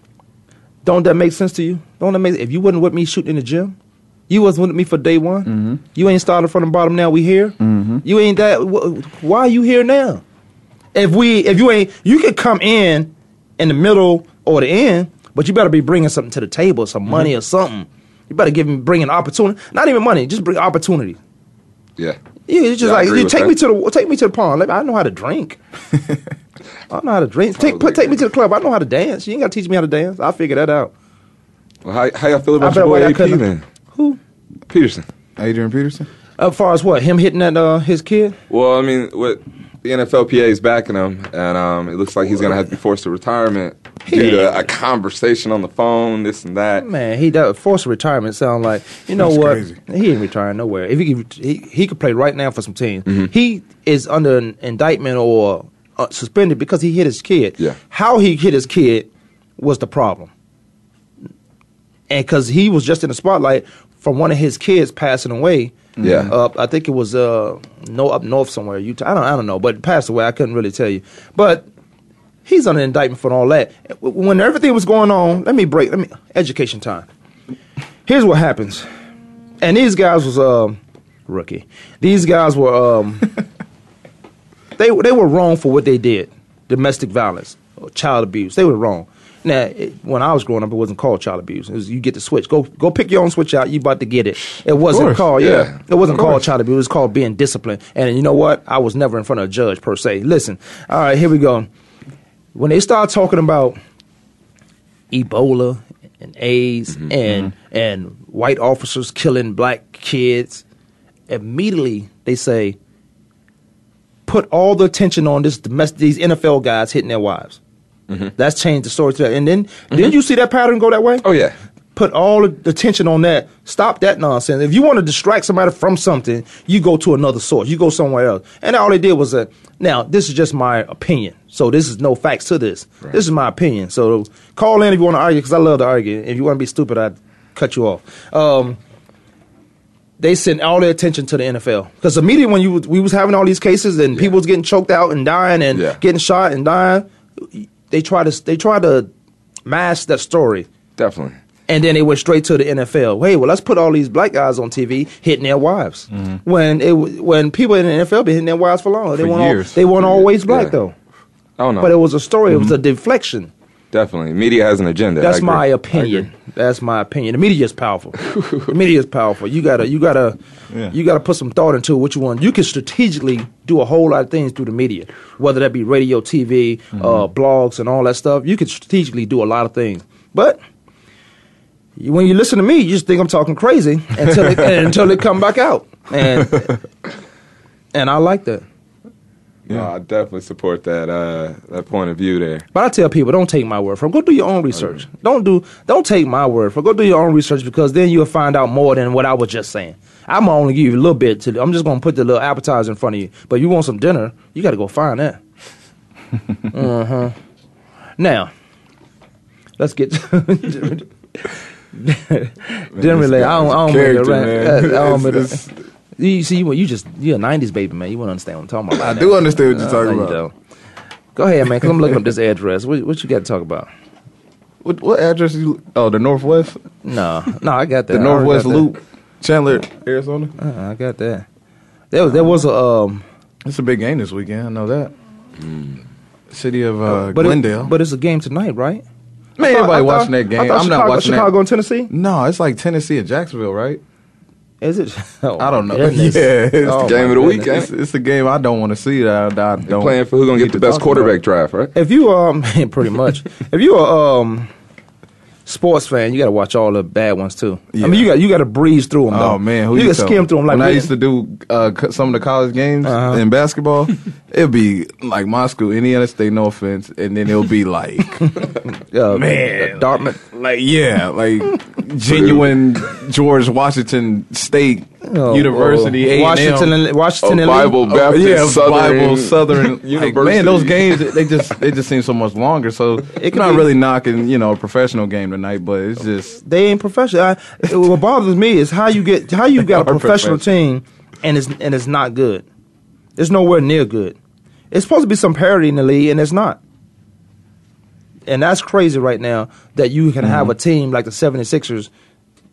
C: don't that make sense to you? Don't that make if you wasn't with me shooting in the gym? You wasn't with me for day one. You ain't started from the bottom. Now we here. You ain't that. Wh- why are you here now? if we if you ain't you could come in in the middle or the end, but you better be bringing something to the table,
E: Mm-hmm.
C: some money or something. You better give me bring an opportunity, not even money, just bring opportunity.
E: Yeah.
C: You it's
E: Yeah,
C: just
E: I
C: like
E: agree
C: you
E: with
C: take
E: that.
C: me to the take me to the pond. Let me- I know how to
E: [laughs]
C: drink. I know how to drink. Take put, take me to the club. I know how to dance. You ain't got to teach me how to dance. I'll figure that out.
E: Well, how how y'all feel
C: I
E: about
C: bet
E: your
C: why
E: boy
C: y'all
E: AP
C: couldn't-
E: then?
C: Who?
E: Peterson.
D: Adrian Peterson.
C: As far as what him hitting at uh, his kid?
E: Well, I mean, what the NFLPA is backing him, and um, it looks like he's going to have to be forced to retirement due to a conversation on the phone, this and that.
C: Man, he does forced retirement sound like you know
D: That's
C: what?
D: crazy.
C: He ain't retiring nowhere. If he could, he, he could play right now for some teams.
D: Mm-hmm.
C: He is under an indictment or uh, suspended because he hit his kid.
E: Yeah.
C: How he hit his kid was the problem, and because he was just in the spotlight from one of his kids passing away.
E: Yeah.
C: Up, I think it was uh no up north somewhere Utah. I don't I don't know, but passed away. I couldn't really tell you, but he's under indictment for all that. When everything was going on, let me break. Let me education time. here's what happens, and these guys was um rookie. These guys were
D: [laughs]
C: um they they were wrong for what they did, domestic violence, or child abuse. They were wrong. Now, it, when I was growing up, it wasn't called child abuse. It was you get the switch. Go go pick your own switch out. You about to get it. It wasn't
D: course,
C: called yeah.
D: yeah.
C: It wasn't
D: Of
C: called
D: course.
C: child abuse. It was called being disciplined. And you know what? I was never in front of a judge per se. Listen, all right, here we go. When they start talking about Ebola and AIDS and and white officers killing black kids, immediately they say, put all the attention on this domestic, these NFL guys hitting their wives. That's changed the story to that. And then did you see that pattern go that way?
E: Oh yeah.
C: Put all the attention on that. Stop that nonsense. If you want to distract somebody from something, you go to another source. You go somewhere else. And all they did was that. Now, this is just my opinion. So this is no facts to this. This is my opinion. So call in if you want to argue, because I love to argue. If you want to be stupid, I cut you off. Um, they sent all their attention to the NFL because immediately when you was- we was having all these cases and people was getting choked out and dying and
E: Yeah.
C: getting shot and dying, they tried to they tried to mask that story.
E: Definitely.
C: And then they went straight to the NFL. Hey, well, let's put all these black guys on TV hitting their wives. When it w- when people in the NFL been hitting their wives for long, they
D: Mm-hmm. For
C: weren't
D: years. Mm-hmm.
C: All, they weren't always black
E: Yeah.
C: though.
E: Oh no.
C: But it was a story. It was a deflection.
E: Definitely. Media has an agenda. I
C: That's
E: agree.
C: my
E: I
C: opinion.
E: agree.
C: That's my opinion. The media is powerful. the media is powerful. You gotta, you gotta,
D: Yeah.
C: you gotta put some thought into what you want. You can strategically do a whole lot of things through the media, whether that be radio, TV,
E: Mm-hmm.
C: uh, blogs, and all that stuff. You can strategically do a lot of things, but. you- When you listen to me, you just think I'm talking crazy until it, [laughs] until it come back out, and and I like that.
E: No, I definitely support that uh, that point of view there.
C: But I tell people, don't take my word for it. Go do your
D: Oh,
C: own research. Don't do, don't take my word for it. Go do your own research because then you'll find out more than what I was just saying. I'm gonna only give you a little bit. To, I'm just gonna put the little appetizer in front of you. But you want some dinner, you got to go find
D: [laughs]
C: that. uh-huh. Now, let's get. [laughs] Generally, I don't, I don't make it
D: character,
C: right.
D: man.
C: Uh, I don't make
D: It's-
C: it- You see, you, you just you're a '90s baby man. You wouldn't understand what I'm talking about.
D: I do understand what
C: No,
D: you're talking
C: you
D: about.
C: don't. Go ahead, man. Because I'm looking up this address. What, what you got to talk about?
D: What, what address you? Oh, the Northwest,
C: No, no, I got that.
D: the
C: I already
D: Northwest
C: got that.
D: Loop, Chandler, Arizona.
C: Uh, I got that. There was there was a um,
D: It's a big game this weekend. I know that. City of uh,
C: Mm. but it-
D: Glendale.
C: but it's a game tonight, right?
D: man,
C: I thought-
D: everybody
C: I
D: watching
C: thought-
D: that game.
C: I
D: I'm
C: thought
D: not
C: Chicago-
D: watching that.
C: Chicago and Tennessee.
D: No, it's like Tennessee and Jacksonville, right?
C: Is it? [laughs] Oh,
D: I don't know.
C: goodness.
D: [laughs] Yeah, it's
C: Oh,
D: the
C: my
E: game of the
C: goodness.
E: week, ain't
D: It's,
E: it?
D: it's a game I don't want to see. That I, I don't
E: Playing for who's gonna
D: need
E: get
D: to
E: the best
D: talk about.
E: quarterback draft, right?
C: If you um, [laughs] pretty much. If you are um, sports fan, you got to watch all the bad ones too. I
D: Yeah.
C: mean, you got you got to breeze through them.
D: Oh man, who
C: you,
D: you
C: can skim
D: telling?
C: through them like
D: when I
C: we-
D: used to do uh, co- some of the college games
C: Uh-huh.
D: in
C: [laughs]
D: basketball. it'd be like my school, Indiana State, no offense, and then it'll be like,
C: [laughs] uh,
D: Man.
C: Dartmouth.
D: like yeah, like genuine George Washington State
C: Oh,
D: University, A&M.
C: Washington, and- Washington, and Lee.
E: Bible Baptist
D: oh, yeah,
E: Southern
D: Bible Southern Like,
E: University.
D: man, those games they just they just seem so much longer. So it's
C: could
D: not
C: be-
D: really knocking you know a professional game tonight, but it's just
C: They ain't professional. I, what bothers me is how you get how you
D: [laughs]
C: got a
D: Our
C: professional
D: professional.
C: team and it's and it's not good. It's nowhere near good. It's supposed to be some parity in the league, and it's not. And that's crazy right now that you can have a team like the 76ers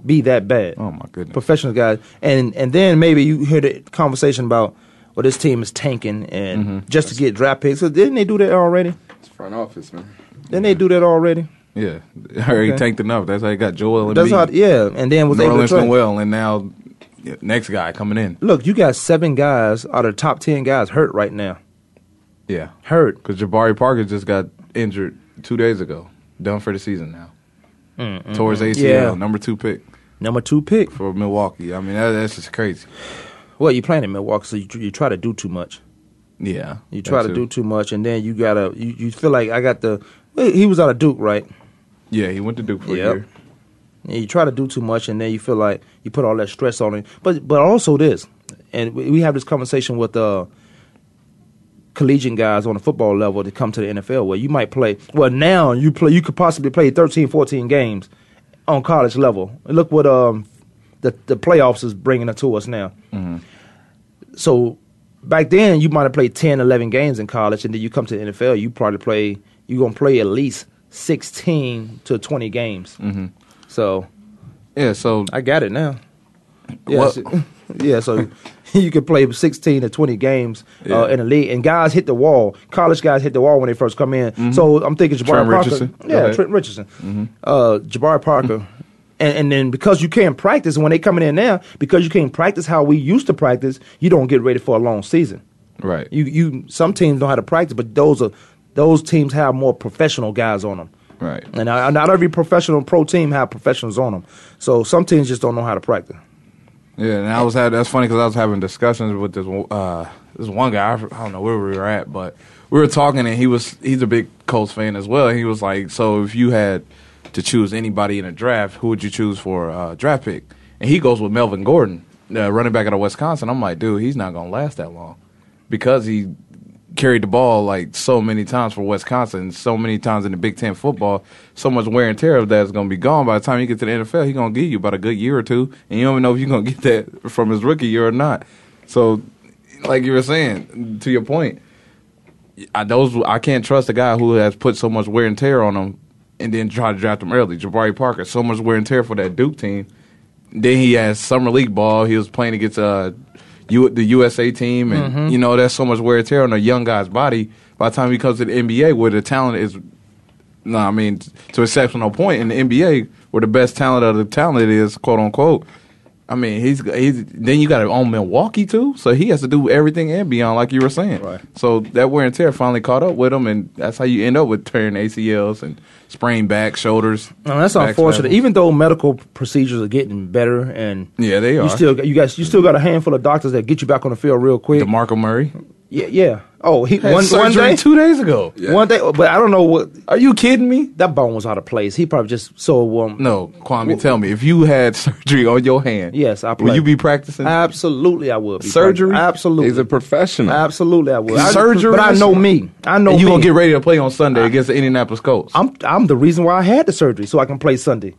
C: be that bad.
D: Mm-hmm. Oh, my goodness.
C: Professional guys. And and then maybe you hear the conversation about well this team is tanking and
D: Mm-hmm.
C: just to get draft picks. So didn't they do that already?
E: It's front office, man.
C: Didn't they do that already?
D: yeah, [laughs] already tanked enough. That's how you got Joel and
C: That's how yeah. And then was
D: New
C: able to
D: Orleans
C: trade-
D: doing well, and now yeah, next guy coming in.
C: Look, you got seven guys out of the top ten guys hurt right now.
D: Yeah,
C: Hurt.
D: because Jabari Parker just got injured two days ago. Done for the season now. Towards ACL,
C: Yeah.
D: number two pick
C: Number two pick.
D: for Milwaukee. I mean, that, that's just crazy.
C: Well, you're playing in Milwaukee, so you, tr- you try to do too much.
D: Yeah,
C: You try
D: that
C: to do
D: too.
C: too much, and then you gotta. You, you feel like I got the. Wait, He was out of Duke, right?
D: Yeah, he went to Duke for
C: Yep.
D: a year.
C: And you try to do too much, and then you feel like you put all that stress on it. But but also this, and we we have this conversation with uh, collegiate guys on the football level to come to the NFL, where you might play. Well, now you play. You could possibly play 13, 14 games on college level. Look what um, the the playoffs is bringing it to us now. So back then you might have played 10, 11 games in college, and then you come to the NFL, you probably play. You're gonna play at least sixteen to twenty games. So
D: Yeah, so
C: I got it now. Yeah,
D: What-
C: so, [laughs] yeah, so [laughs] you can play 16 to 20 games
D: Yeah.
C: uh, in the league, and guys hit the wall. College guys hit the wall when they first come in. So I'm thinking Jabari
D: Mm-hmm. Trent
C: Parker.
D: Richardson. Go
C: Yeah,
D: ahead. Mm-hmm.
C: Trent Richardson. Uh, Jabari Parker. And, and then because you can't practice, when they coming in now, because you can't practice how we used to practice, you don't get ready for a long season.
D: right.
C: You you some teams know how to practice, but those are those teams have more professional guys on them.
D: Right.
C: And I, not every professional pro team have professionals on them. So some teams just don't know how to practice.
D: Yeah, and I was had that's funny because I was having discussions with this uh, this one guy. I don't know where we were at, but we were talking, and he was he's a big Colts fan as well. He was like, "So if you had to choose anybody in a draft, who would you choose for uh, draft pick?" And he goes with Melvin Gordon, the running back out of Wisconsin. I'm like, dude, he's not gonna last that long because he carried the ball like so many times for Wisconsin, so many times in the Big Ten football, so much wear and tear of that is going to be gone by the time you get to the NFL. He's going to give you about a good year or two, and you don't even know if you're going to [laughs] get that from his rookie year or not. So, like you were saying, to your point, I those I can't trust a guy who has put so much wear and tear on him, and then try to draft him early. Jabari Parker, so much wear and tear for that Duke team. Then he has summer league ball. He was playing against uh, U- the USA team, and
C: Mm-hmm.
D: you know that's so much wear and tear on a young guy's body. By the time he comes to the NBA, where the talent is, no, I mean to exceptional point in the NBA, where the best talent of the talent is, quote unquote. I mean, he's he's then you got to own Milwaukee too, so he has to do everything and beyond, like you were saying.
C: Right.
D: So that wear and tear finally caught up with him, and that's how you end up with tearing ACLs and sprained back, shoulders.
C: No, that's
D: back
C: unfortunate.
D: spasms.
C: Even though medical procedures are getting better, and
D: Yeah, they
C: you
D: are.
C: still got- you guys you still got a handful of doctors that get you back on the field real quick.
D: DeMarco Murray
C: yeah, yeah. Oh, he
D: had
C: one one
D: surgery
C: day,
D: two days ago.
C: one day. But I don't know what
D: Are you kidding me?
C: that bone was out of place. He probably just so um,
D: No, Kwame, tell me if you had [laughs] surgery on your hand.
C: Yes, I
D: Will
C: play.
D: you be practicing?
C: Absolutely, I would be.
D: Surgery?
C: Absolutely,
E: He's a professional.
C: Absolutely, I would. I-
D: Surgery?
C: but I know me. I know
D: and you
C: me.
D: gonna get ready to play on Sunday against the Indianapolis Colts?
C: I'm I'm the reason why I had the surgery, so I can play Sunday.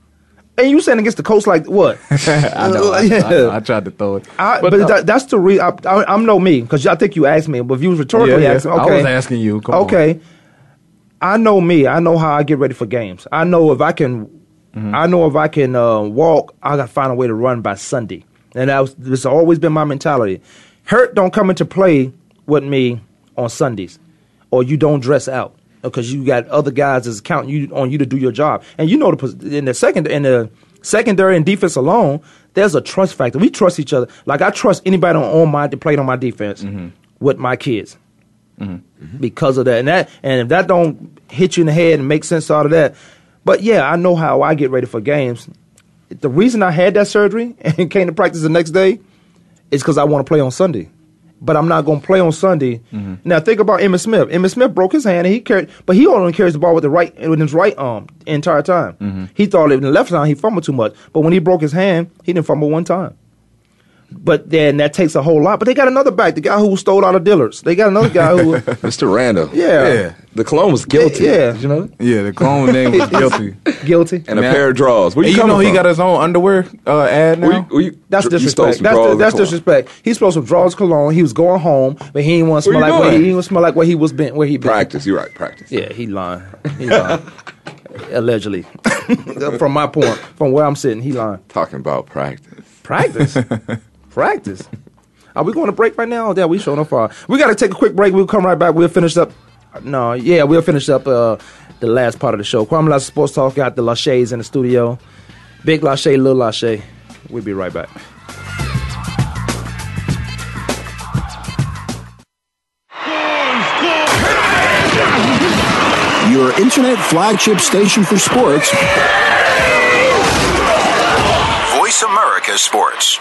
C: And you saying against the coach like what?
D: [laughs] I know. I,
C: [laughs]
D: I- I, I tried to throw it, uh,
C: I- but
D: no.
C: that, that's the re. I, I, am no me because I think you asked me, but if you was rhetorically
D: Yeah, yeah.
C: asking,
D: I
C: okay,
D: was asking you, come on.
C: okay, I know me. I know how I get ready for games. I know if I can,
D: Mm-hmm.
C: I know if I can uh, walk, I got to find a way to run by Sunday, and that was this always been my mentality. Hurt don't come into play with me on Sundays, or you don't dress out because you got other guys that's counting you on you to do your job, and you know the pos- in the second in the secondary and defense alone, there's a trust factor. We trust each other. Like I trust anybody on, on my to play on my defense
D: Mm-hmm.
C: with my kids Mm-hmm. because of that. And that and if that don't hit you in the head and make sense out of that, but yeah, I know how I get ready for games. The reason I had that surgery [laughs] and came to practice the next day is because I want to play on Sunday. But I'm not going to play on Sunday. Now think about Emmitt Smith. Emmitt Smith broke his hand and he carried, but he only carries the ball with the right with his right arm the entire time. He thought in the left arm he fumbled too much, but when he broke his hand, he didn't fumble one time. But then that takes a whole lot. But they got another back, the guy who stole out of Dillard's. They got another guy who
E: Mr. Randall.
C: Yeah.
D: Yeah.
E: The clone was guilty.
C: Yeah.
E: Did you know that?
D: yeah, the clone
C: [laughs]
D: name was guilty.
C: guilty.
E: And a
D: Man.
E: pair of draws. Where
D: And
E: you,
D: you
E: coming
D: know he
E: from?
D: got his own underwear uh, ad now.
E: Where you- where you-
C: That's
E: dr- you stole
C: disrespect.
E: some
C: That's,
E: draws
C: di-
E: and
C: that's
E: cologne.
C: disrespect. He supposed to draw his cologne. He was going home, but he didn't want to
E: What
C: smell
E: you
C: like where he,
E: doing?
C: he didn't smell like where he was been where he been.
E: Practice. You're right. Practice.
C: Yeah, he lying. He
E: [laughs]
C: lying. Allegedly, [laughs] from my point, from where I'm sitting, he lying.
E: Talking about practice.
D: [laughs]
C: Practice, practice. Are we going to break right now? Yeah, we showing up far. We got to take a quick break. We'll come right back. We'll finish up. No, yeah, we'll finish up uh, the last part of the show. Kwame Lasha Sports Talk got the Lachey's in the studio. Big Lachey, Lil Lachey. We'll be right back.
F: Your internet flagship station for sports.
I: Voice America Sports.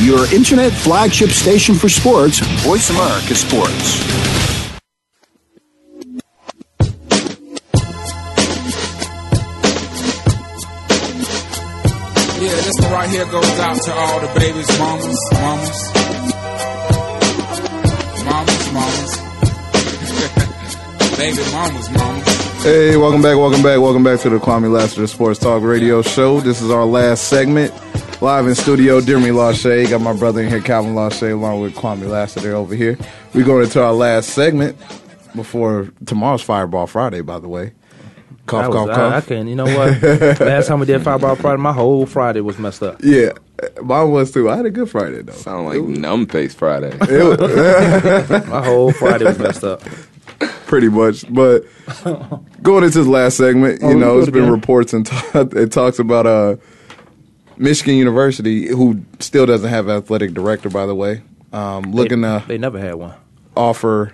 F: Your internet flagship station for sports, Voice America Sports.
J: Yeah, this one right here goes out to all the babies, mamas, mamas, mamas, mamas, baby mamas, mamas.
D: Hey, welcome back, welcome back, welcome back to the Kwame Lassiter Sports Talk Radio Show. This is our last segment. Live in studio, Jeremy Lachey. Got my brother in here, Calvin Lachey, along with Kwame Lassiter over here. We're going into our last segment before tomorrow's Fireball Friday, by the way. Cough,
C: I was-
D: cough,
C: I-
D: cough.
C: I can. You know what?
D: [laughs]
C: Last time we did Fireball Friday, my whole Friday was messed up.
D: Yeah, mine was too. I had a good Friday though.
E: Sound like numb face
D: [laughs]
E: Friday.
C: My whole Friday was messed up.
D: pretty much.
C: [laughs]
D: But going into the last segment,
C: Oh,
D: you
C: we
D: know,
C: can
D: it's
C: go
D: been
C: again.
D: reports and ta [laughs] it talks about uh, Michigan University, who still doesn't have athletic director, by the way, um, [laughs] looking to
C: They never had one.
D: offer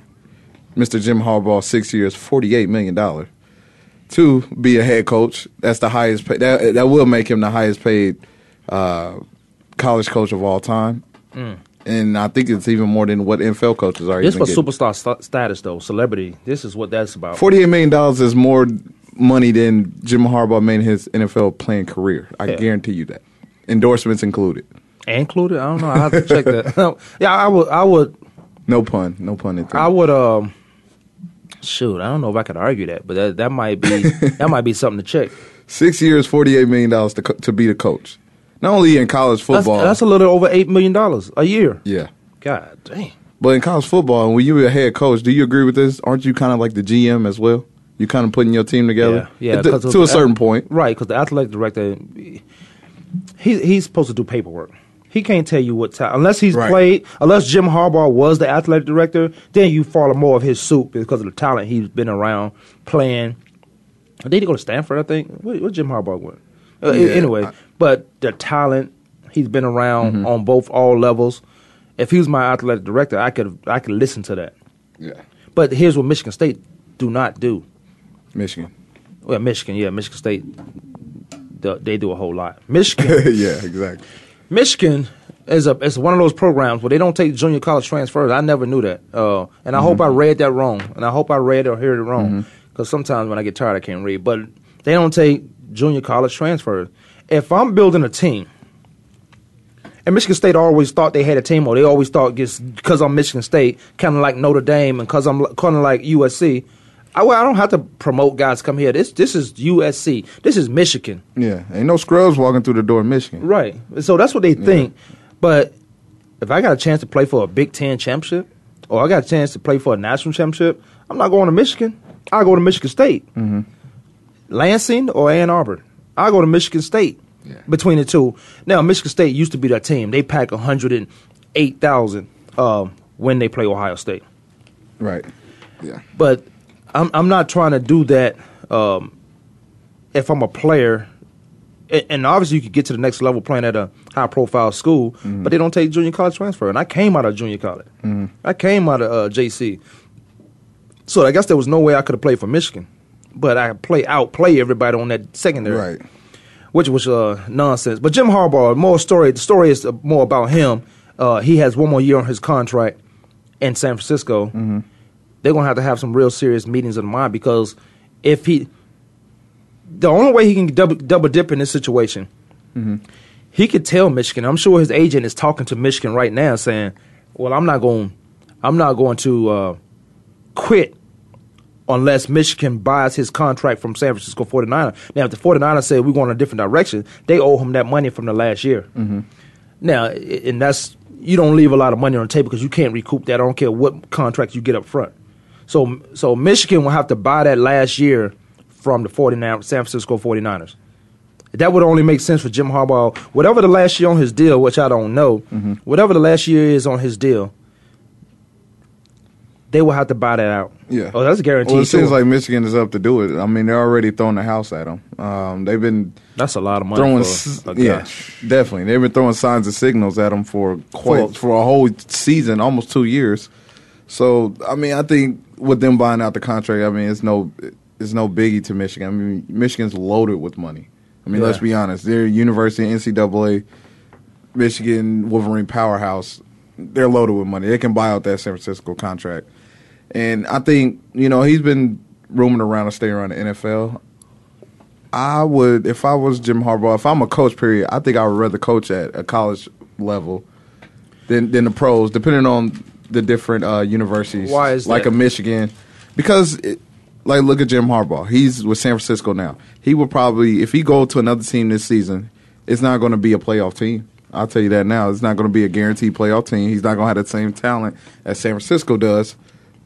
D: Mr. Jim Harbaugh six years, forty-eight million dollars to be a head coach. That's the highest. Pay- that that will make him the highest paid uh, college coach of all time.
C: Mm.
D: And I think it's even more than what NFL coaches are.
C: This
D: even
C: was
D: getting.
C: superstar st- status, though. Celebrity. This is what that's about.
D: Forty-eight million dollars is more money than Jim Harbaugh made in his NFL playing career. I
C: Yeah.
D: guarantee you that. Endorsements included.
C: included. I don't know. I have to check that. [laughs] yeah, I would. I would.
D: No pun. No pun intended.
C: I would. Um. Shoot, I don't know if I could argue that, but that, that might
D: [laughs]
C: be that might be something to check.
D: Six years, forty-eight million dollars to co- to be the coach. Not only in college
C: That's,
D: football.
C: that's a little over eight million dollars a year.
D: yeah.
C: God dang.
D: But in college football, when you're a head coach, do you agree with this? Aren't you kind of like the GM as well? You kind of putting your team together,
C: Yeah, yeah.
D: to,
C: 'cause of
D: to a
C: the-
D: certain point.
C: right? Because the athletic director, he he's supposed to do paperwork. He can't tell you what time unless he's
D: Right.
C: played. Unless Jim Harbaugh was the athletic director, then you follow more of his suit because of the talent he's been around playing. Did he go to Stanford? I think. Where, where Jim Harbaugh went? Uh,
D: Yeah,
C: anyway, but the talent he's been around
D: Mm-hmm.
C: on both all levels. If he was my athletic director, I could I could listen to that.
E: Yeah.
C: But here's what Michigan State do not do.
D: Michigan. [laughs]
C: Well, Michigan, yeah, Michigan State, th- they do a whole lot. Michigan,
D: yeah, exactly.
C: Michigan is a it's one of those programs where they don't take junior college transfers. I never knew that, uh, and I hope I read that wrong, and I hope I read or heard it wrong, because sometimes when I get tired, I can't read. But they don't take junior college transfers. If I'm building a team, and Michigan State always thought they had a team, or they always thought just because I'm Michigan State, kind of like Notre Dame, and because I'm kind of like USC. I, well, I don't have to promote guys to come here. This this is USC. This is Michigan.
D: Yeah, ain't no scrubs walking through the door in Michigan.
C: Right. So that's what they think. But if I got a chance to play for a Big Ten championship, or I got a chance to play for a national championship, I'm not going to Michigan. I go to Michigan State, Lansing or Ann Arbor. I go to Michigan State. Between the two, now Michigan State used to be that team. They pack 108,000 um, when they play Ohio State.
D: Right.
E: Yeah.
C: But I'm I'm not trying to do that um, if I'm a player. A- And obviously, you could get to the next level playing at a high profile school, but they don't take junior college transfer. And I came out of junior college. I came out of uh, JC. So I guess there was no way I could have played for Michigan. But I play outplay everybody on that secondary
D: Right.
C: which was uh, nonsense. But Jim Harbaugh, more story. The story is uh, more about him. Uh, he has one more year on his contract in San Francisco. They're gonna have to have some real serious meetings in mind because if he, the only way he can double, double dip in this situation, he could tell Michigan. I'm sure his agent is talking to Michigan right now, saying, "Well, I'm not going, I'm not going to uh, quit unless Michigan buys his contract from San Francisco 49er. Now, if the 49ers say we're going a different direction, they owe him that money from the last year. Now, i- and that's you don't leave a lot of money on the table because you can't recoup that. I don't care what contract you get up front. So, so Michigan will have to buy that last year from the 49 San Francisco 49ers. That would only make sense for Jim Harbaugh. Whatever the last year on his deal, which I don't know, whatever the last year is on his deal, they will have to buy that out.
D: Yeah.
C: Oh, that's guaranteed.
D: Well, it seems
C: too.
D: like Michigan is up to do it. I mean, they're already throwing the house at them. Um, they've been
C: that's a lot of money
D: Throwing,
C: for
D: s-
C: a guy.
D: yeah, definitely. They've been throwing signs and signals at them for quite
C: For-
D: for, a whole season, almost two years. So I mean, I think with them buying out the contract, I mean, it's no, it's no biggie to Michigan. I mean, Michigan's loaded with money. I mean, let's
C: Yeah.
D: be honest. They're a university NCAA, Michigan Wolverine powerhouse. They're loaded with money. They can buy out that San Francisco contract. And I think, you know, he's been roaming around to stay around the NFL. I would, if I was Jim Harbaugh, if I'm a coach, period, I think I would rather coach at a college level than, than the pros, depending on the different uh, universities.
C: Why is
D: Like
C: that?
D: a Michigan. Because, it, like, look at Jim Harbaugh. He's with San Francisco now. He will probably, if he go to another team this season, it's not going to be a playoff team. I'll tell you that now. It's not going to be a guaranteed playoff team. He's not going to have the same talent as San Francisco does.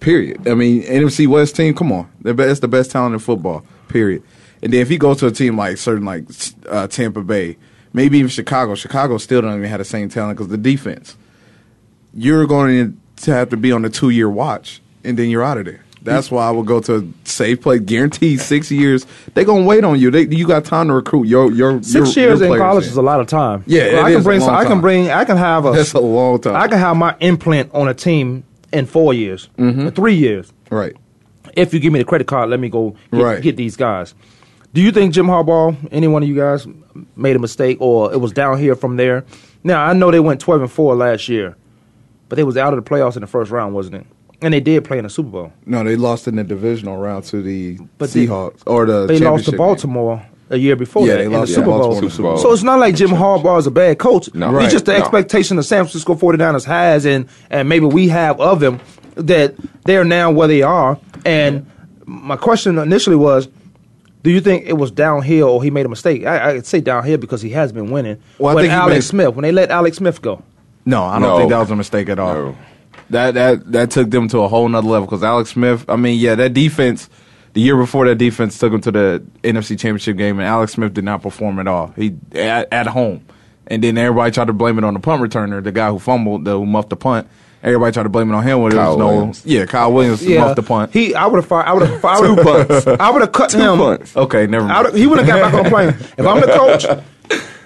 D: Period. I mean, NFC West team. Come on, They're be- it's the best talent in football. Period. And then if he goes to a team like certain like s- uh, Tampa Bay, maybe even Chicago. Chicago still don't even have the same talent because the defense. You're going to have to be on a two year watch, and then you're out of there. That's why I would go to a safe play, guaranteed six years. They're gonna wait on you. They, you got time to recruit your your
C: Six
D: your,
C: years
D: your
C: in
D: players
C: college is a lot of time.
D: Yeah,
C: Well,
D: it
C: I can
D: is a
C: bring.
D: long
C: I can
D: time.
C: bring. I can have a.
D: That's a long time.
C: I can have my imprint on a team in four years,
D: Mm-hmm.
C: or three years.
D: Right.
C: If you give me the credit card, let me go get,
D: Right.
C: get these guys. Do you think Jim Harbaugh, any one of you guys, made a mistake or it was down here from there? Now I know they went twelve and four last year, but they was out of the playoffs in the first round, wasn't it? And they did play in the Super Bowl.
D: No, they lost in the divisional round to the
C: But they-
D: Seahawks or the
C: they lost to
D: championship game.
C: Baltimore a year before
D: Yeah,
C: that
D: they
C: in
D: lost
C: the
D: to
C: Super Bowl.
D: Baltimore in the Super Bowl.
C: So it's not like Jim Harbaugh is a bad coach.
D: No.
C: It's
D: Right,
C: just the
D: no.
C: expectation the San Francisco 49ers has and, and maybe we have of them that they're now where they are. And my question initially was, do you think it was downhill or he made a mistake? I, I'd say downhill because he has been winning.
D: Well, I
C: when
D: think he
C: Alex
D: made-
C: Smith, when they let Alex Smith go.
D: No, I don't
C: No.
D: think that was a mistake at all. That that that took them to a whole nother level because Alex Smith. I mean, yeah, that defense. The year before that defense took them to the NFC Championship game, and Alex Smith did not perform at all. He at, at home, and then everybody tried to blame it on the punt returner, the guy who fumbled, the, who muffed the punt. Everybody tried to blame it on him. When there
E: Kyle
D: was no,
E: Williams.
D: yeah, Kyle Williams muffed the punt.
C: He, I would have fired. I would have. I would
D: Two
C: have.
D: punts.
C: I would have cut
D: Two
C: him.
D: punts. Okay, never
C: I
D: mind.
C: would've- he wouldn't have got back on the plane. If I'm the coach,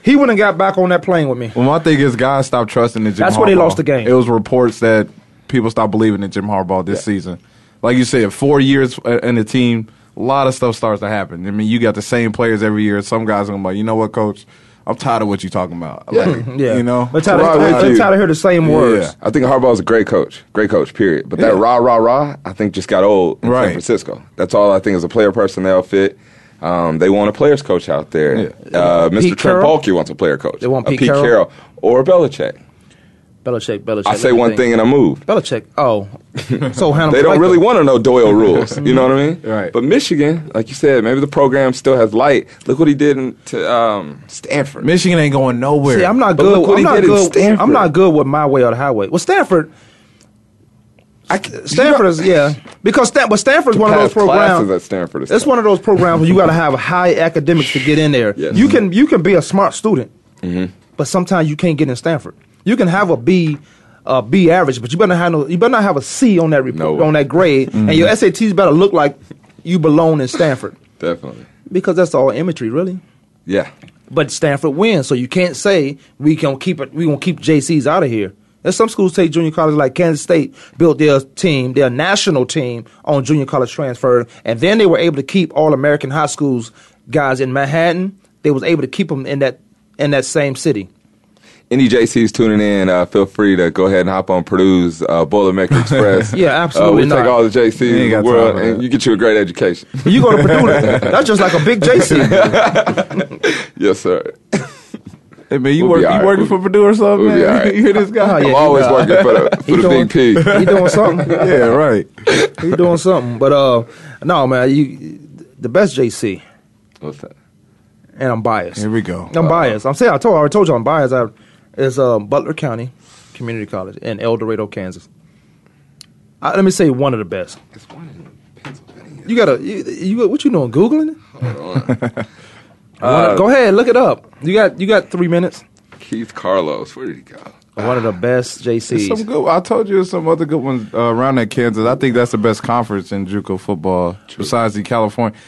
C: he wouldn't have got back on that plane with me.
D: Well, my thing is, guys stopped trusting in Jim
C: That's
D: Harbaugh.
C: where they lost the game.
D: It was reports that people stopped believing in Jim Harbaugh this season. Like you said, four years a- in the team, a lot of stuff starts to happen. I mean, you got the same players every year. Some guys are going to be like, you know what, coach? I'm tired of what you're talking about. Like,
C: [laughs] Yeah.
D: You know?
C: But Tyler-
D: Right with
C: I'm
D: you.
C: tired of hearing the same
D: Yeah.
C: words.
E: I think Harbaugh's a great coach, great coach, period. But that
D: Yeah.
E: rah rah rah, I think just got old in
D: Right.
E: San Francisco. That's all I think is a player personnel fit. Um, they want a players coach out there. Uh, Mr.
C: Pete
E: Trent
C: Carroll?
E: Baalke wants a player coach.
C: They want
E: a
C: Pete
E: Pete
C: Carroll?
E: Carroll. or Belichick.
C: Belichick, Belichick.
E: I
C: let
E: say
C: me
E: one
C: think.
E: thing and I move.
C: Belichick.
E: [laughs]
C: Oh, so Hannibal.
E: they don't
C: Lecter.
E: really want to
D: [laughs]
E: know Doyle rules. You know what I mean?
D: Right.
E: But Michigan, like you said, maybe the program still has light. Look what he did in, to um, Stanford.
D: Michigan ain't going nowhere.
C: See, I'm not
E: But
C: good.
E: look what
C: I'm
E: he
C: not
E: did in
C: good.
E: Stanford.
C: I'm not good with my way or the highway. Well, Stanford.
E: I,
C: Stanford is yeah because Stan, but Stanford's
E: To
C: one of those
E: pass
C: programs.
E: classes at Stanford is
C: It's
E: tough.
C: one of those programs where you got to have high academics to get in there.
E: Yes.
C: You can you can be a smart student, but sometimes you can't get in Stanford. You can have a B, a B average, but you better not have no, you better not have a C on that report,
E: way.
C: on that grade, and your SATs better look like you belong in Stanford
E: Definitely.
C: because that's all imagery, really.
E: Yeah.
C: But Stanford wins, so you can't say we can keep it. We gonna keep JCs out of here. There's some schools take junior college like Kansas State built their team, their national team on junior college transfer, and then they were able to keep all American high schools guys in Manhattan. They was able to keep them in that in that same city.
E: Any JCs tuning in, uh, feel free to go ahead and hop on Purdue's uh,
C: [laughs]
E: Boilermaker Express.
C: Yeah, absolutely
E: Uh, we
C: not.
E: take all the
D: ain't
E: JCs in the
D: got time
E: world,
D: for
E: and
D: that.
E: you get you a great
C: [laughs]
E: education.
C: You go to
E: [laughs]
C: Purdue, that's just like a big JC.
E: yes, sir.
D: Hey, man, you,
E: We'll be
D: work,
E: all
D: you
E: right.
D: working
E: We'll-
D: for Purdue or something,
E: we'll be
D: man? [laughs]
E: all right.
D: you hear
E: [laughs]
D: this guy?
C: Oh, yeah.
E: I'm always working
C: [laughs]
E: for the, for
C: He
E: the
C: doing-
E: Big P.
C: You doing
E: [laughs]
C: something?
D: yeah, right.
C: You doing something? But uh, no, man, you the best JC,
E: What's that?
C: and I'm biased.
D: Here we go.
C: I'm biased. I'm saying I told I already told you I'm biased. I is um, Butler County Community College in El Dorado, Kansas. I, let me say one of the best.
E: It's one in Pennsylvania.
D: [laughs]
C: You gotta you, you what you doing? Googling? it? Wanna- Uh, go ahead, look it up. You got you got three minutes.
E: Keith Carlos, where did he go?
C: One of the best
D: There's
C: JCs.
D: Some good. I told you some other good ones uh, around that Kansas. I think that's the best conference in JUCO football besides the California,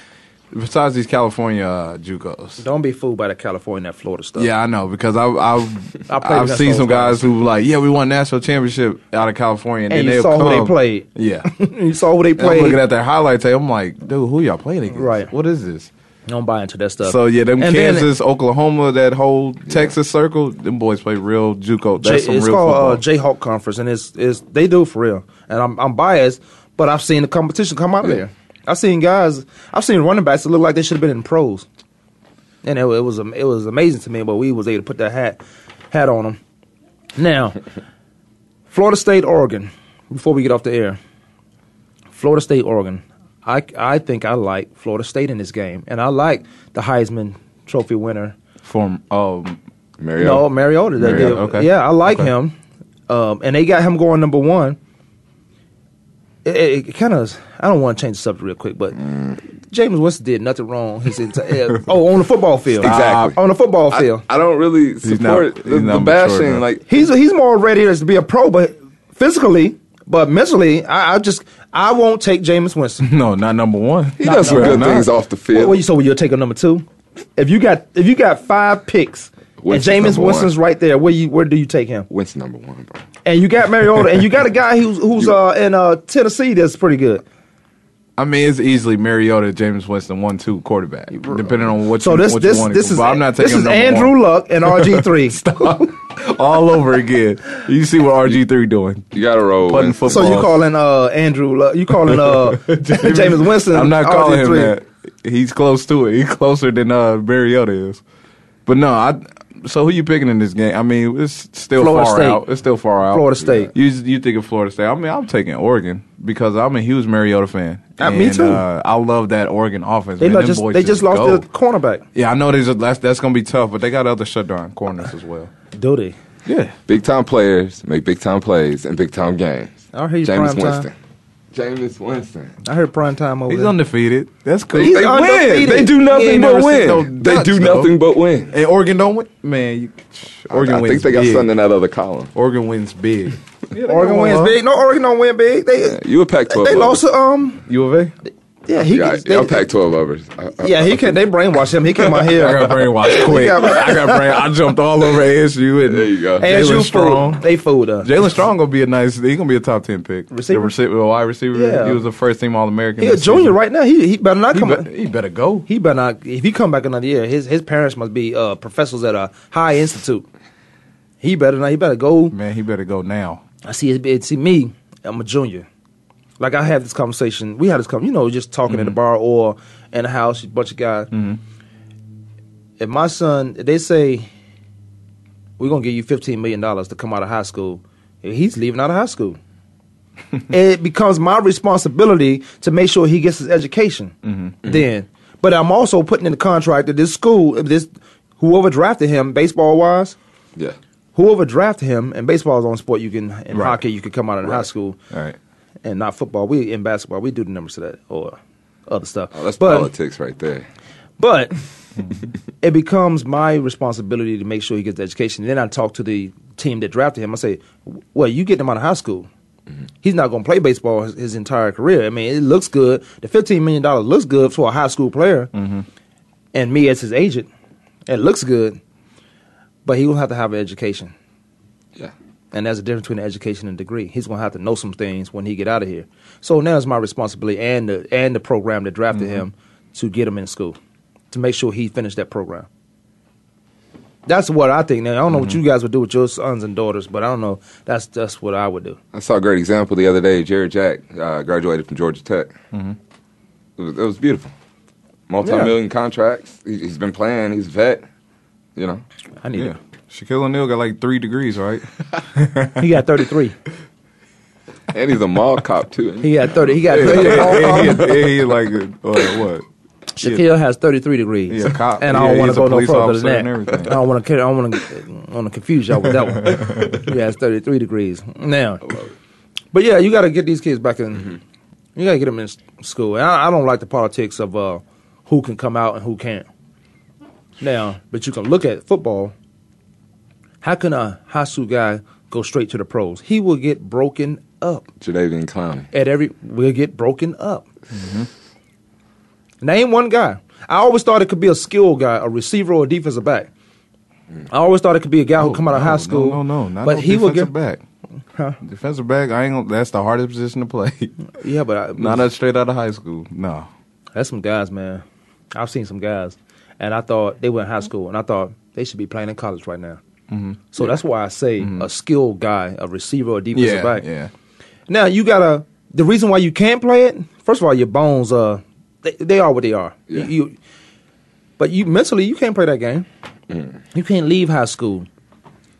D: besides these California uh, JUCOs.
C: Don't be fooled by the California and Florida stuff.
D: Yeah, I know because I, I've
C: [laughs] I played
D: I've
C: against
D: seen
C: those
D: some guys who were like, yeah, we won national championship out of California, and,
C: And
D: then
C: you saw
D: they'll
C: who they
D: come-
C: played. [laughs]
D: Yeah,
C: you saw who they
D: And I'm
C: played.
D: looking at their highlight tape. I'm like, dude, who y'all playing against? Right. What is this?
C: Don't buy into that stuff.
D: So yeah, them
C: And then-
D: Kansas, Oklahoma, that whole Texas circle, them boys play real JUCO.
C: J-
D: That's some
C: it's
D: real football.
C: called uh, Jayhawk Conference, and it's, it's they do for real. And I'm, I'm biased, but I've seen the competition come out of there. I've seen guys, I've seen running backs that look like they should have been in pros, and it, it was am- it was amazing to me. But we was able to put that hat hat on them.
D: [laughs]
C: Now, Florida State, Oregon. Before we get off the air, Florida State, Oregon. I, I think I like Florida State in this game, and I like the Heisman Trophy winner
D: from um,
E: Mariota.
C: No, Mariota. They
E: Mariota,
C: did.
E: okay.
C: Yeah, I like
E: Okay.
C: him, um, and they got him going number one. It, it, kind of. I don't want to change the subject real quick, but
E: Mm.
C: James Winston did nothing wrong. His [laughs] entire oh on the football field
E: Exactly.
C: on the football
E: I-
C: field.
E: I, don't really
C: not-
E: support
C: he's
E: the,
C: not mature
E: the bashing.
C: enough.
E: like
C: he's he's more ready to be a pro, but physically, but mentally, I, I just I won't take James Winston.
D: [laughs] No, not number one.
E: He does some good things off the field.
C: What, what you so you'll take a number two? If you got if you got five picks
E: Winston's
C: and Jameis
E: number one.
C: Winston's right there, where you where do you take him?
E: Winston number one, bro.
C: And you got Mariota, and you
D: [laughs]
C: got a guy who's who's uh, in uh, Tennessee that's pretty good.
D: I mean, it's easily Mariota, James Winston, one two quarterback, depending on what.
C: So
D: you,
C: this
D: what
C: this
D: you want
C: this is
D: but I'm not
C: this
D: taking
C: is
D: number
C: Andrew
D: one.
C: Luck and
D: [laughs]
C: RG three.
D: all over again. You see what RG three doing?
E: You got to roll.
D: Putting
E: Winston.
D: football.
C: so you calling uh, Andrew Luck? You calling
D: [laughs]
C: uh, [laughs] James Winston?
D: I'm not calling him
C: RG3.
D: that. He's close to it. He's closer than uh, Mariota is. But no, I. So who you picking in this game? I mean, it's still
C: Florida
D: far
C: State.
D: out. It's still far out.
C: Florida State.
D: You you think of Florida State? I mean, I'm taking Oregon because I'm a huge Mariota fan.
C: Uh, me
D: And,
C: too.
D: Uh, I love that Oregon offense.
C: They
D: man.
C: lo-
D: Them
C: just
D: boys
C: they just lost
D: go.
C: their cornerback.
D: Yeah, I know there's a, that's that's gonna be tough, but they got other shutdown corners as well.
C: Do they?
D: Yeah.
E: Big time players make big time plays in big time games.
C: I heard he's
E: Jameis
C: prime time.
E: Winston. Jameis Winston.
C: I heard prime time over.
D: He's
C: there.
D: undefeted. That's cool.
E: They, they win. They do
C: He
E: nothing
C: ain't
E: but
C: never
E: win.
C: seen no
E: they
D: ducks,
E: do
D: though.
E: nothing but win.
D: And Oregon don't win. Man, you, Oregon
E: I, I
D: wins.
E: think they got
D: big.
E: something in that other column.
D: Oregon wins big.
C: Oregon wins big. No, Oregon don't win big. They
E: You a Pac-12.
C: they
E: lover.
C: lost to um.
D: U of A.
C: Yeah, he.
E: yeah,
C: Yeah, they,
E: I'm Pac-12 lovers. I- I-
C: yeah, he can. They brainwashed him. He came out here.
D: [laughs] I got brainwashed quick. I got brain. I jumped all over ASU and
E: There you go.
C: ASU
D: Jalen
C: fooled-
D: Strong.
C: They fooled us.
D: Jalen Strong gonna be a nice. He gonna be a top ten pick.
C: Receiver?
D: The receiver, the wide receiver.
C: Yeah.
D: He was the first team All American.
C: He a junior right now. He he better not
D: He,
C: come.
D: be- he better go.
C: He better not. If he come back another year, his his parents must be uh, professors at a high institute. He better not. He better go.
D: Man, he better go now.
C: I see. it- It see me. I'm a junior. Like I have this conversation. We had this come. You know, just talking at the bar or in the house, a bunch of guys. If my son, if they say, we're gonna give you 15 million dollars to come out of high school. He's leaving out of high school. it becomes my responsibility to make sure he gets his education. Then, but I'm also putting in the contract that this school, if this whoever drafted him, baseball wise,
E: yeah.
C: whoever drafted him, and baseball is the only sport you can, in
D: Right.
C: hockey you can come out of high school,
D: All right.
C: and not football. We in basketball we do the numbers to that or other stuff.
E: Oh, that's
C: but
E: politics right there.
C: but it becomes my responsibility to make sure he gets the education. Then I talk to the team that drafted him. I say, well, you get him out of high school. He's not going to play baseball his, his entire career. I mean, it looks good. The fifteen million dollars looks good for a high school player, and me as his agent, it looks good. But he will have to have an education.
E: Yeah.
C: And there's a difference between education and degree. He's gonna have to know some things when he get out of here. So now it's my responsibility and the and the program that drafted
D: Mm-hmm.
C: him to get him in school, to make sure he finished that program. That's what I think. Now I don't know
D: Mm-hmm.
C: what you guys would do with your sons and daughters, but I don't know. That's that's what I would do.
E: I saw a great example the other day. Jared Jack uh, graduated from Georgia Tech. It, was, it was beautiful. Multi-million contracts. He, he's been playing. He's a vet. You know.
C: I need
D: Yeah. Shaquille O'Neal got like three degrees, right?
C: it. He got thirty three.
E: And he's a mall cop too.
C: He got thirty. He got
D: [laughs] yeah,
C: thirty. [laughs]
D: yeah, yeah, he like uh, what?
C: Shaquille has thirty three degrees.
D: He's a cop.
C: And I
D: Yeah,
C: don't want
D: he's
C: to
D: a
C: go no
D: police
C: further
D: officer
C: than
D: and
C: that.
D: everything.
C: I don't want to. I don't want to. want to confuse y'all with that
D: [laughs]
C: one. yeah, it's thirty three degrees now. But yeah, you got to get these kids back in.
D: Mm-hmm.
C: You got to get them in s- school. And I, I don't like the politics of uh, who can come out and who can't. Now, but you can look at football. How can a Hasu guy go straight to the pros? He will get broken up
E: Jadavian Clowney.
C: at every. Will get broken up. Name one guy. I always thought it could be a skill guy, a receiver, or a defensive back. I always thought it could be a guy who come out of high school.
D: Oh, No, no, no, not
C: but
D: no
C: he would
D: defensive
C: get
D: back. Defensive back, I ain't. Gonna, that's the hardest position to play.
C: Yeah, but I,
D: not a straight out of high school. No,
C: That's some guys, man. I've seen some guys, and I thought they were in high school, and I thought they should be playing in college right now.
D: Mhm.
C: So that's why I say a skilled guy, a receiver, a defensive
D: Mm-hmm. Yeah,
C: back.
D: yeah.
C: Now you gotta. The reason why you can't play it, first of all, your bones uh they, they are what they are. You- You, but you mentally you can't play that game. You can't leave high school.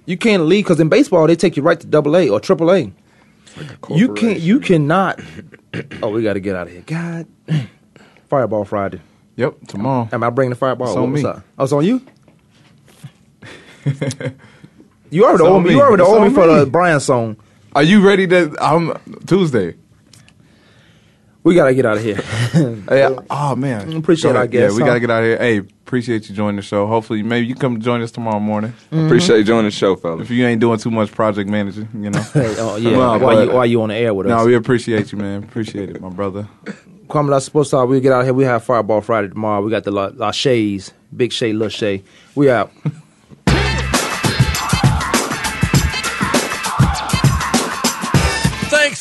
C: You can't leave because in baseball they take you right to double A or triple A. you can't. You cannot. oh, we got to get out of here. God, Fireball Friday.
D: Yep, tomorrow.
C: Am I bringing the fireball?
D: It's on
C: What's
D: me.
C: up? Oh, it's on
D: [laughs]
C: you. you already
D: It's
C: owe
D: on
C: me.
D: me.
C: You already
D: It's
C: owe me,
D: on
C: for
D: me.
C: the Brian song.
D: Are you ready to? I'm Tuesday.
C: We gotta get out of here.
D: Yeah. Oh man,
C: Mm, Appreciate
D: Go
C: our
D: ahead. Yeah,
C: guests,
D: we
C: huh?
D: gotta get out of here. Hey, appreciate you joining the show. Hopefully, maybe you come join us tomorrow morning.
E: Appreciate you joining the show, fellas.
D: If you ain't doing too much project managing,
C: [laughs]
D: you know.
C: oh yeah.
D: No,
C: why
D: but-
C: you why you on the air with us?
D: No, we appreciate you, man. Appreciate it, my brother.
C: Kwame La supposed to. We get out of here. We have Fireball Friday tomorrow. We got the La, La Shays, Big Shay, Lil Shay. We out.
K: Thanks